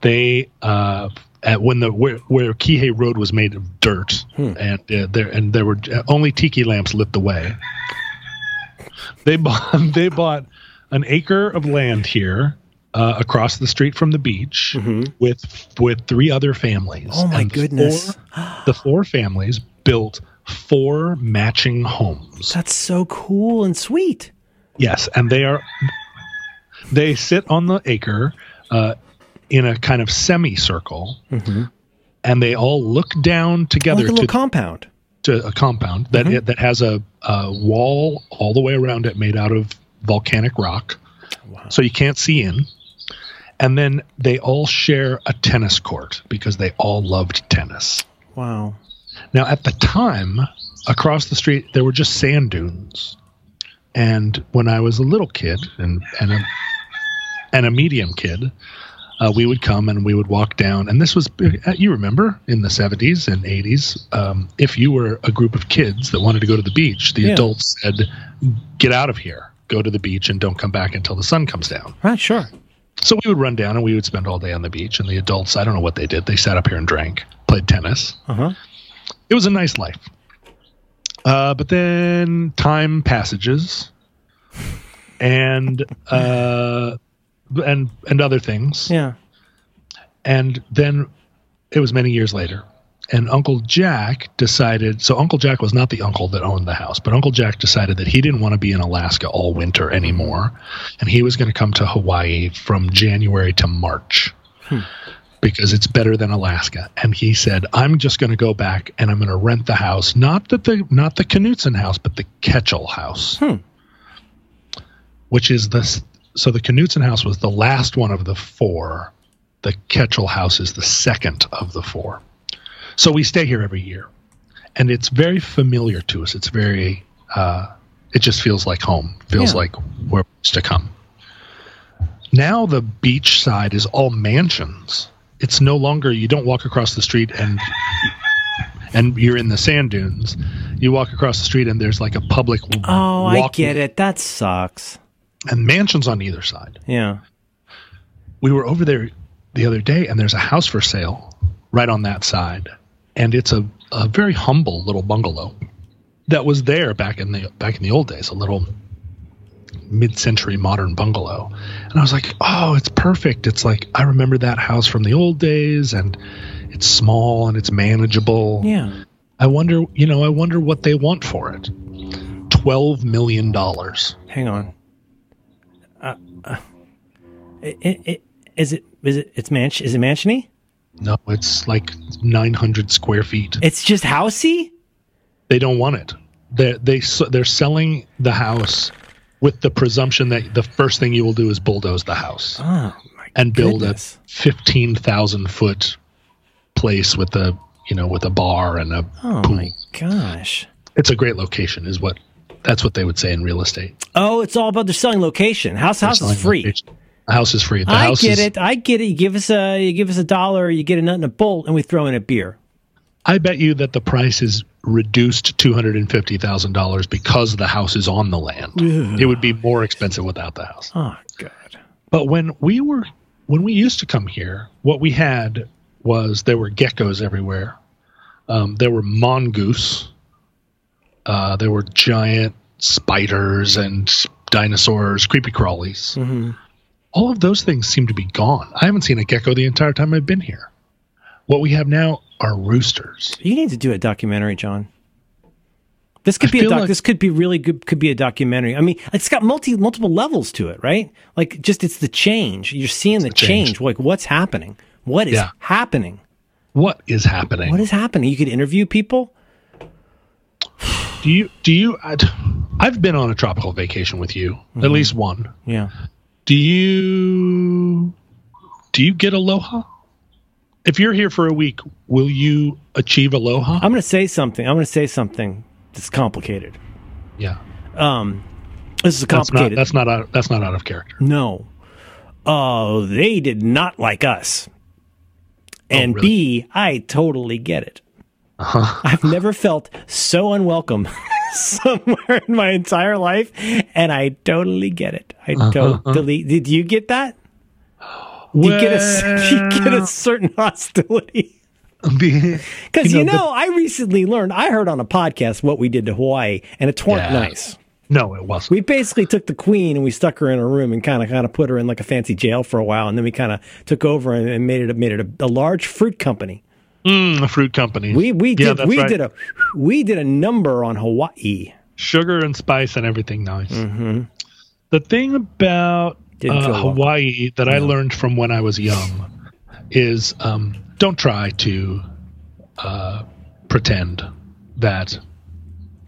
S1: they uh, at when the where, where Kihei Road was made of dirt,
S2: Hmm.
S1: and uh, there and there were uh, only tiki lamps lit the way. They bought they bought an acre of land here. Uh, across the street from the beach, with with three other families.
S2: Mm-hmm. Oh, my
S1: And the
S2: goodness.
S1: four- the four families built four matching homes.
S2: That's so cool and sweet.
S1: Yes, and they are they sit on the acre uh, in a kind of semicircle, and they all look down
S2: Mm-hmm. Like a
S1: together
S2: little
S1: to,
S2: Mm-hmm. compound.
S1: to a compound that that has a, a wall all the way around it made out of volcanic rock, so you can't see in. And then they all share a tennis court because they all loved tennis.
S2: Wow.
S1: Now, at the time, across the street, there were just sand dunes. And when I was a little kid and, and, a, and a medium kid, uh, we would come and we would walk down. And this was, uh, you remember, in the 70s and 80s, um, if you were a group of kids that wanted to go to the beach, the
S2: Yeah.
S1: adults said, get out of here, go to the beach, and don't come back until the sun comes down.
S2: Right. Sure.
S1: So we would run down and we would spend all day on the beach. And the adults, I don't know what they did. They sat up here and drank, played tennis.
S2: Uh huh.
S1: It was a nice life. Uh, but then time passages, and uh, and and other things,
S2: Yeah.
S1: and then it was many years later. And Uncle Jack decided. So Uncle Jack was not the uncle that owned the house, but Uncle Jack decided that he didn't want to be in Alaska all winter anymore, and he was going to come to Hawaii from January to March because it's better than Alaska. And he said, "I'm just going to go back and I'm going to rent the house, not that the not the Knutson house, but the Ketchel house, which is this. So the Knutson house was the last one of the four. The Ketchel house is the second of the four. So we stay here every year, and it's very familiar to us. It's very, uh, it just feels like home. Feels
S2: Yeah.
S1: like we're supposed to come. now the beach side is all mansions. It's no longer you don't walk across the street and and you're in the sand dunes. You walk across the street and there's like a public
S2: Oh, I get it. That sucks.
S1: and mansions on either side.
S2: Yeah.
S1: we were over there the other day and there's a house for sale right on that side and it's a, a very humble little bungalow that was there back in the back in the old days a little mid-century modern bungalow and i was like oh it's perfect it's like i remember that house from the old days and it's small and it's manageable
S2: Yeah.
S1: i wonder you know i wonder what they want for it 12 million dollars
S2: Hang on. Uh, uh, i i i is it is it it's manch is it mansiony?
S1: no it's like 900 square feet
S2: It's just housey?
S1: they don't want it. They they s- they're selling the house with the presumption that the first thing you will do is bulldoze the house
S2: Oh my
S1: and build
S2: goodness.
S1: a fifteen thousand foot place with a you know with a bar and a
S2: Oh
S1: pool.
S2: my gosh.
S1: It's a great location, is what that's what they would say in real estate.
S2: Oh, it's all about they're selling location. House house
S1: Selling
S2: is free.
S1: location. The house is free. The
S2: I
S1: house
S2: get
S1: is,
S2: it. I get it. You give us a you give us a dollar, you get a nut and a bolt, and we throw in a beer.
S1: I bet you that the price is reduced two hundred and fifty thousand dollars because the house is on the land. It would be more expensive without the house.
S2: Oh God.
S1: But when we were when we used to come here, what we had was there were geckos everywhere. Um, there were mongoose. Uh, there were giant spiders and dinosaurs, creepy crawlies. All of those things seem to be gone. I haven't seen a gecko the entire time I've been here. What we have now are roosters.
S2: You need to do a documentary, John. This could
S1: I
S2: be a
S1: feel
S2: doc.
S1: like-
S2: this could be really good. Could be a documentary. I mean, it's got multi multiple levels to it, right? Like, just it's the change. You're seeing the, change.
S1: change.
S2: Like, what's happening? What is
S1: Yeah.
S2: happening?
S1: What is happening?
S2: What is happening? You could interview people.
S1: do you do you? i I've been on a tropical vacation with you, at least one.
S2: Yeah.
S1: Do you do you get aloha? If you're here for a week, will you achieve aloha?
S2: I'm gonna say something. I'm gonna say something that's complicated.
S1: yeah,
S2: This
S1: that's
S2: is
S1: not
S2: complicated.
S1: that's not out, that's not out of character.
S2: No. Oh, they did not like us. And
S1: Oh, really? Uh-huh.
S2: B, I totally get it. I've never felt so unwelcome somewhere in my entire life, and I totally get it. I
S1: Uh-huh,
S2: totally. Did you get that? You get a cer- you get a certain hostility. Because you
S1: You
S2: know,
S1: know, the-
S2: I recently learned. I heard on a podcast what we did to Hawaii, and it weren't
S1: Yeah.
S2: nice.
S1: no, it wasn't.
S2: We basically took the queen and we stuck her in a room and kind of kind of put her in like a fancy jail for a while, and then we kind of took over and, and made it a, made it a, a large fruit company.
S1: Mm, a fruit company.
S2: We we
S1: Yeah,
S2: did
S1: that's
S2: we
S1: right.
S2: did a we did a number on Hawaii.
S1: sugar and spice and everything nice. The thing about
S2: Mm-hmm. Didn't feel
S1: uh,
S2: welcome.
S1: Hawaii that I learned from when I was young is um, don't try to uh, pretend that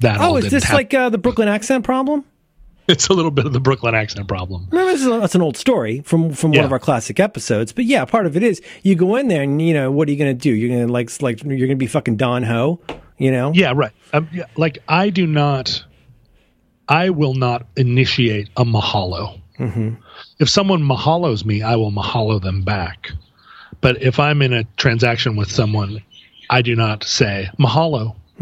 S1: that.
S2: Oh,
S1: all
S2: is
S1: didn't
S2: this
S1: happen.
S2: like uh, the Brooklyn accent problem?
S1: it's a little bit of the Brooklyn accent problem?
S2: Remember, this is a, that's an old story from from one
S1: Yeah.
S2: of our classic episodes. But yeah, part of it is you go in there and you know what are you going to do? You're going to like like you're going to be fucking Don Ho, you know?
S1: Yeah, right. Um, yeah, like I do not, I will not initiate a mahalo.
S2: Mm-hmm.
S1: If someone mahalos me, I will mahalo them back. But if I'm in a transaction with someone, I do not say mahalo because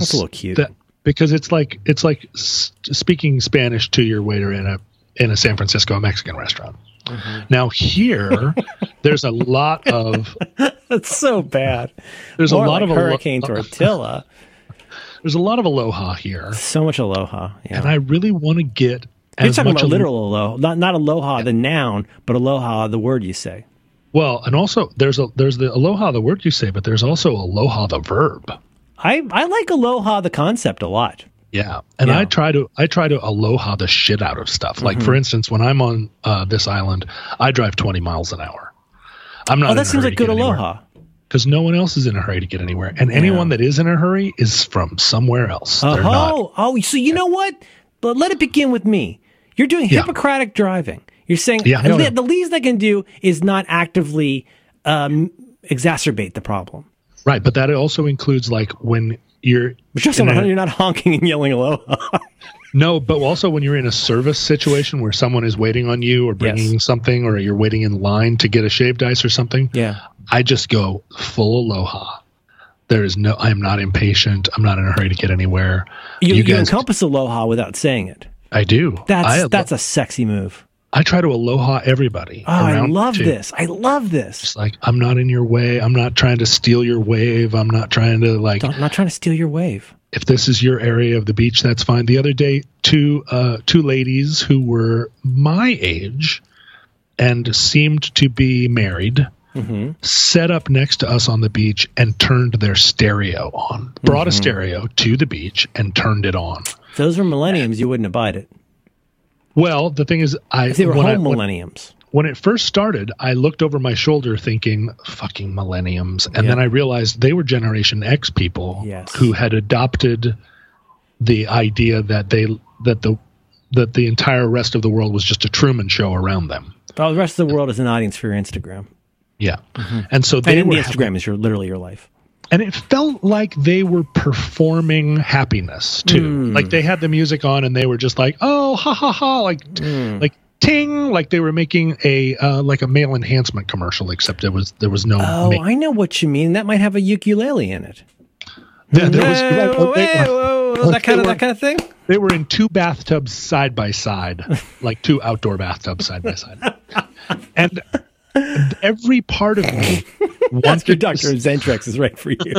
S2: Mm-hmm. That's a little cute.
S1: because it's like it's like s- speaking Spanish to your waiter in a in a San Francisco Mexican restaurant.
S2: Mm-hmm.
S1: Now here, there's a lot of
S2: That's so bad.
S1: there's
S2: More
S1: a lot of
S2: like
S1: alo-
S2: Hurricane Tortilla.
S1: there's a lot of aloha here.
S2: so much aloha. Yeah.
S1: and I really want to get
S2: You're
S1: as
S2: talking
S1: much
S2: about
S1: al-
S2: literal aloha, not not aloha the noun, but aloha the word you say.
S1: Well, and also there's a there's the aloha the word you say, but there's also aloha the verb.
S2: I I like aloha the concept a lot.
S1: Yeah, and
S2: Yeah. Mm-hmm.
S1: I try to I try to aloha the shit out of stuff. Like for instance, when I'm on uh, this island, I drive 20 miles an hour. I'm not.
S2: Oh, that seems like good aloha.
S1: because no one else is in a hurry to get anywhere, and anyone that is in a hurry is from somewhere else. They're not.
S2: Oh, oh, so you know what? But let it begin with me. You're doing Hippocratic driving. You're saying
S1: Yeah, I know
S2: the,
S1: that.
S2: the least I can do is not actively um, exacerbate the problem.
S1: Right, but that also includes like when you're
S2: But you're, also
S1: in a-
S2: not, you're not honking and yelling aloha.
S1: No, but also when you're in a service situation where someone is waiting on you or bringing something or you're waiting in line to get a shaved ice or something,
S2: Yeah.
S1: I just go full aloha. There is no, I'm not impatient. I'm not in a hurry to get anywhere.
S2: You, you, encompass aloha without saying it.
S1: I do.
S2: That's
S1: I,
S2: that's a sexy move.
S1: I try to aloha everybody.
S2: Oh, I
S1: around,
S2: love
S1: too.
S2: this. I love this.
S1: It's like, I'm not in your way. I'm not trying to steal your wave. I'm not trying to, like,
S2: Don't, I'm not trying to steal your wave.
S1: if this is your area of the beach, that's fine. The other day, two uh, two ladies who were my age and seemed to be married
S2: Mm-hmm.
S1: set up next to us on the beach and turned their stereo on. Brought
S2: Mm-hmm.
S1: a stereo to the beach and turned it on.
S2: If those were millenniums, you wouldn't abide it.
S1: Well, the thing is, I
S2: If they were
S1: when I-
S2: home
S1: when-
S2: millenniums.
S1: when it first started, I looked over my shoulder thinking, fucking millenniums. And then I realized they were Generation X people
S2: Yes.
S1: who had adopted the idea that they that the that the entire rest of the world was just a Truman show around them.
S2: But the rest of the world is an audience for your Instagram.
S1: Yeah. And so they
S2: Mm-hmm. And
S1: were
S2: the Instagram is your literally your life.
S1: and it felt like they were performing happiness too.
S2: Hmm.
S1: Like they had the music on and they were just like, "Oh, ha ha ha!" Like,
S2: Hmm.
S1: like ting, like they were making a uh, like a male enhancement commercial, except it was there was no.
S2: Oh,
S1: make-
S2: I know what you mean. That might have a ukulele in it.
S1: there, there was
S2: Hey,
S1: like,
S2: whoa, hey,
S1: they,
S2: whoa, whoa,
S1: like
S2: that kind
S1: they
S2: of
S1: were-
S2: that kind of thing.
S1: they were in two bathtubs side by side, like two outdoor bathtubs side by side, and, and every part of me
S2: That's your
S1: wanted
S2: Dr.
S1: to,
S2: Zentrex is right for you.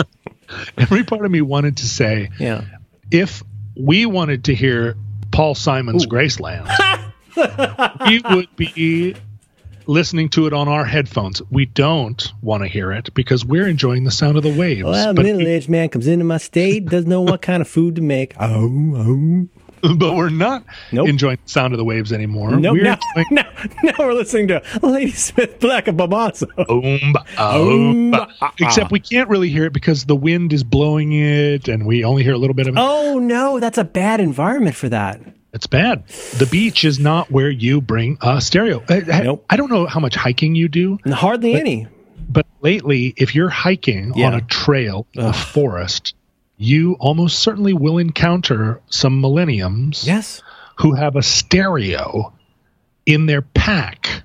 S1: every part of me wanted to say,
S2: yeah.
S1: if we wanted to hear Paul Simon's Graceland, we would be listening to it on our headphones. We don't want to hear it because we're enjoying the sound of the waves.
S2: Well,
S1: but,
S2: middle aged man comes into my state, doesn't know what kind of food to make. Oh, oh.
S1: but we're not
S2: Nope.
S1: enjoying the sound of the waves anymore.
S2: Nope,
S1: we're
S2: now,
S1: enjoying
S2: now, now we're listening to Lady Smith Black of Bomazo.
S1: Oomba, oomba. Except we can't really hear it because the wind is blowing it and we only hear a little bit of it.
S2: Oh no, that's a bad environment for that.
S1: It's bad. The beach is not where you bring a stereo. I, I-
S2: Nope.
S1: I don't know how much hiking you do.
S2: And hardly any.
S1: But lately, if you're hiking
S2: Yeah.
S1: on a trail in a forest, you almost certainly will encounter some millenniums
S2: Yes.
S1: who have a stereo in their pack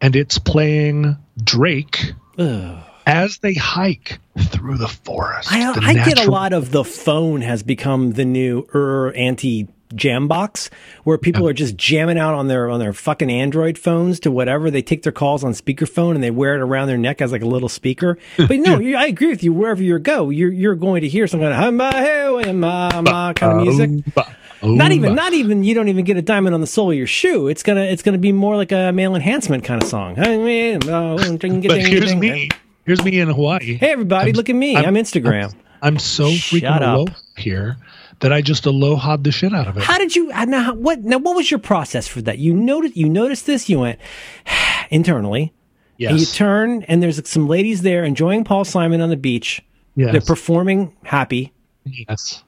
S1: and it's playing Drake
S2: Ugh.
S1: as they hike through the forest.
S2: I,
S1: The
S2: I get a
S1: natural-
S2: lot of the phone has become the new er anti jam box where people are just jamming out on their on their fucking android phones to whatever they take their calls on speakerphone and they wear it around their neck as like a little speaker but no you, i agree with you wherever you go you're you're going to hear some kind of humma, hey, humma, humma kind of music
S1: Oomba,
S2: not
S1: oomba.
S2: even not even you don't even get a diamond on the sole of your shoe it's gonna it's gonna be more like a male enhancement kind of song I mean, oh, ding, ding,
S1: But
S2: ding,
S1: here's
S2: ding.
S1: me. Here's me in Hawaii.
S2: hey everybody look at me i'm, instagram
S1: I'm so
S2: Shut
S1: freaking
S2: up.
S1: aloha here that I just alohaed the shit out of it.
S2: how did you uh, now how- what now what was your process for that you noticed you noticed this you went internally and you
S1: Yes.
S2: turn and there's some ladies there enjoying paul simon on the beach
S1: yes.
S2: they're performing happy
S1: Yes.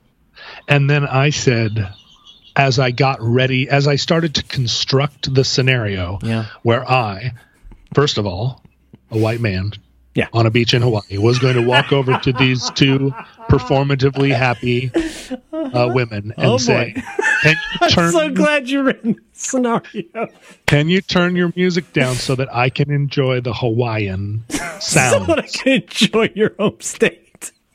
S1: And then I said, as I got ready, as I started to construct the scenario
S2: Yeah.
S1: where I, first of all, a white man
S2: Yeah.
S1: on a beach in Hawaii, was going to walk over to these two performatively happy uh, women and
S2: Oh,
S1: say,
S2: boy.
S1: can you, turn,
S2: so glad you're in this scenario
S1: can you turn your music down so that I can enjoy the Hawaiian
S2: so
S1: sound?
S2: that i can enjoy your home state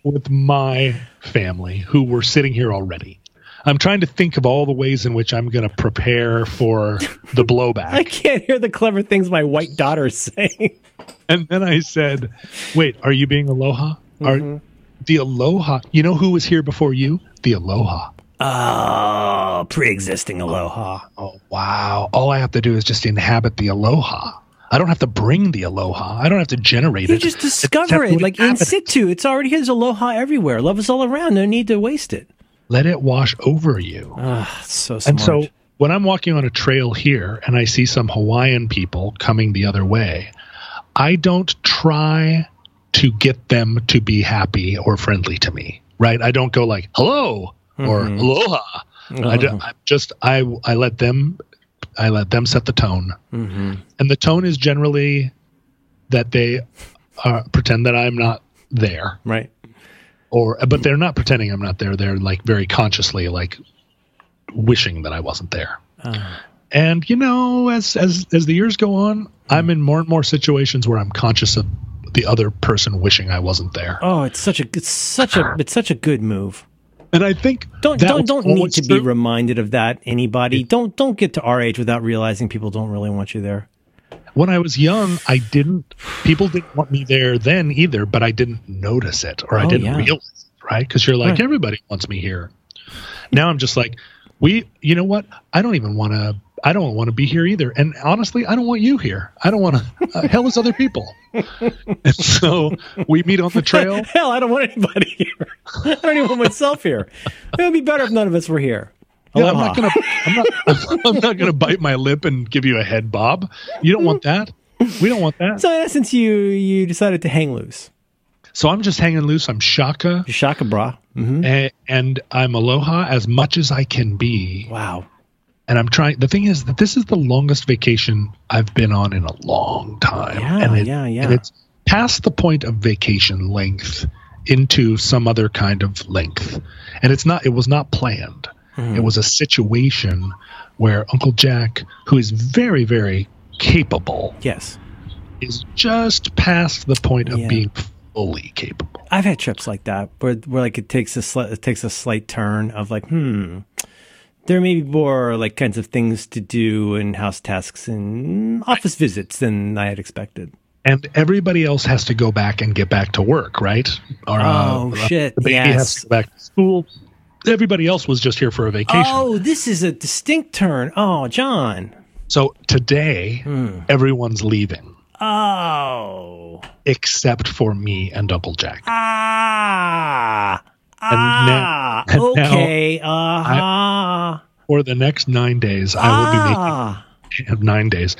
S1: with my family who were sitting here already. I'm trying to think of all the ways in which I'm going to prepare for the
S2: i
S1: blowback.
S2: can't hear the clever things my white daughter is saying
S1: And then I said, "Wait, are you being aloha?
S2: Mm-hmm.
S1: Are the aloha? You know who was here before you? The aloha.
S2: Oh, pre-existing aloha.
S1: Oh wow! All I have to do is just inhabit the aloha. I don't have to bring the aloha. I don't have to generate
S2: You
S1: it.
S2: just discover
S1: Except
S2: it,
S1: we
S2: like in
S1: have it.
S2: situ. It's already here. There's aloha everywhere. Love is all around. No need to waste it.
S1: Let it wash over you."
S2: Ah, so smart.
S1: And so when I'm walking on a trail here and I see some Hawaiian people coming the other way, I don't try to get them to be happy or friendly to me, right? I don't go like, hello or aloha. I ju- I'm just, I, I let them, I let them set the tone. And the tone is generally that they uh, pretend that I'm not there
S2: right.
S1: or but they're not pretending I'm not there. They're like very consciously like wishing that I wasn't there.
S2: Uh-huh.
S1: And you know, as as as the years go on,
S2: Hmm.
S1: I'm in more and more situations where I'm conscious of the other person wishing I wasn't there.
S2: Oh, it's such a it's such a it's such a good move.
S1: And I think
S2: Don't
S1: that
S2: don't
S1: was
S2: don't need
S1: always
S2: to be
S1: true.
S2: reminded of that. Anybody don't don't get to our age without realizing people don't really want you there.
S1: when I was young, I didn't. People didn't want me there then either, but I didn't notice it or I
S2: Oh,
S1: didn't
S2: yeah.
S1: realize it, right? Because you're like
S2: Right.
S1: everybody wants me here. Now I'm just like, we. You know what? I don't even want to. I don't want to be here either. And honestly, I don't want you here. I don't want to. Uh, hell is other people. and so we meet on the trail.
S2: Hell, I don't want anybody here. I don't even want myself here. It would be better if none of us were here.
S1: Yeah, I'm
S2: Aloha.
S1: not gonna. I'm not. I'm not gonna bite my lip and give you a head bob. You don't want that. We don't want that.
S2: So in essence, you you decided to hang loose.
S1: So I'm just hanging loose. I'm Shaka.
S2: Your Shaka bra. hmm
S1: A- and I'm aloha as much as I can be.
S2: Wow.
S1: And I'm trying. The thing is that this is the longest vacation I've been on in a long time.
S2: Yeah,
S1: and
S2: yeah, yeah.
S1: And it's past the point of vacation length into some other kind of length. And it's not. It was not planned.
S2: Hmm.
S1: It was a situation where Uncle Jack, who is very, very capable,
S2: Yes.
S1: is just past the point of
S2: Yeah.
S1: being fully capable.
S2: I've had trips like that where where like it takes a sli- it takes a slight turn of like hmm there may be more like kinds of things to do and house tasks and office visits than I had expected.
S1: and everybody else has to go back and get back to work, right? Or, uh,
S2: Oh, shit,
S1: The baby has
S2: yes.
S1: to go back to school. Everybody else was just here for a vacation.
S2: Oh, this is a distinct turn. Oh, John.
S1: So today,
S2: Hmm.
S1: everyone's leaving
S2: Oh.
S1: except for me and Uncle Jack.
S2: Ah. Ah.
S1: now- and now
S2: okay. Uh-huh.
S1: For the next nine days, I will be
S2: ah.
S1: making of nine days,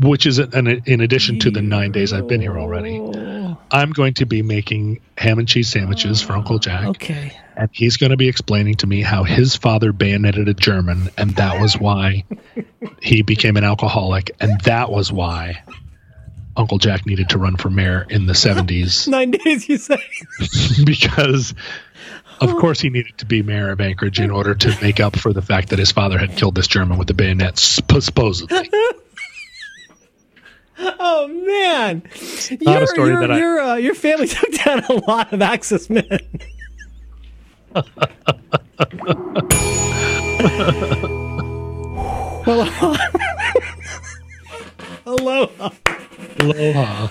S1: which is an, in addition to the nine days I've been here already. I'm going to be making ham and cheese sandwiches for Uncle Jack.
S2: Okay.
S1: and he's going to be explaining to me how his father bayoneted a German, and that was why he became an alcoholic, and that was why Uncle Jack needed to run for mayor in the 70s
S2: Nine days, you say?
S1: because, of course, he needed to be mayor of Anchorage in order to make up for the fact that his father had killed this German with a bayonet, supp- supposedly.
S2: Oh man,
S1: not
S2: your,
S1: a story
S2: your,
S1: that I-
S2: your, uh, your family took down a lot of Axis men. Hello. Hello.
S1: Aloha.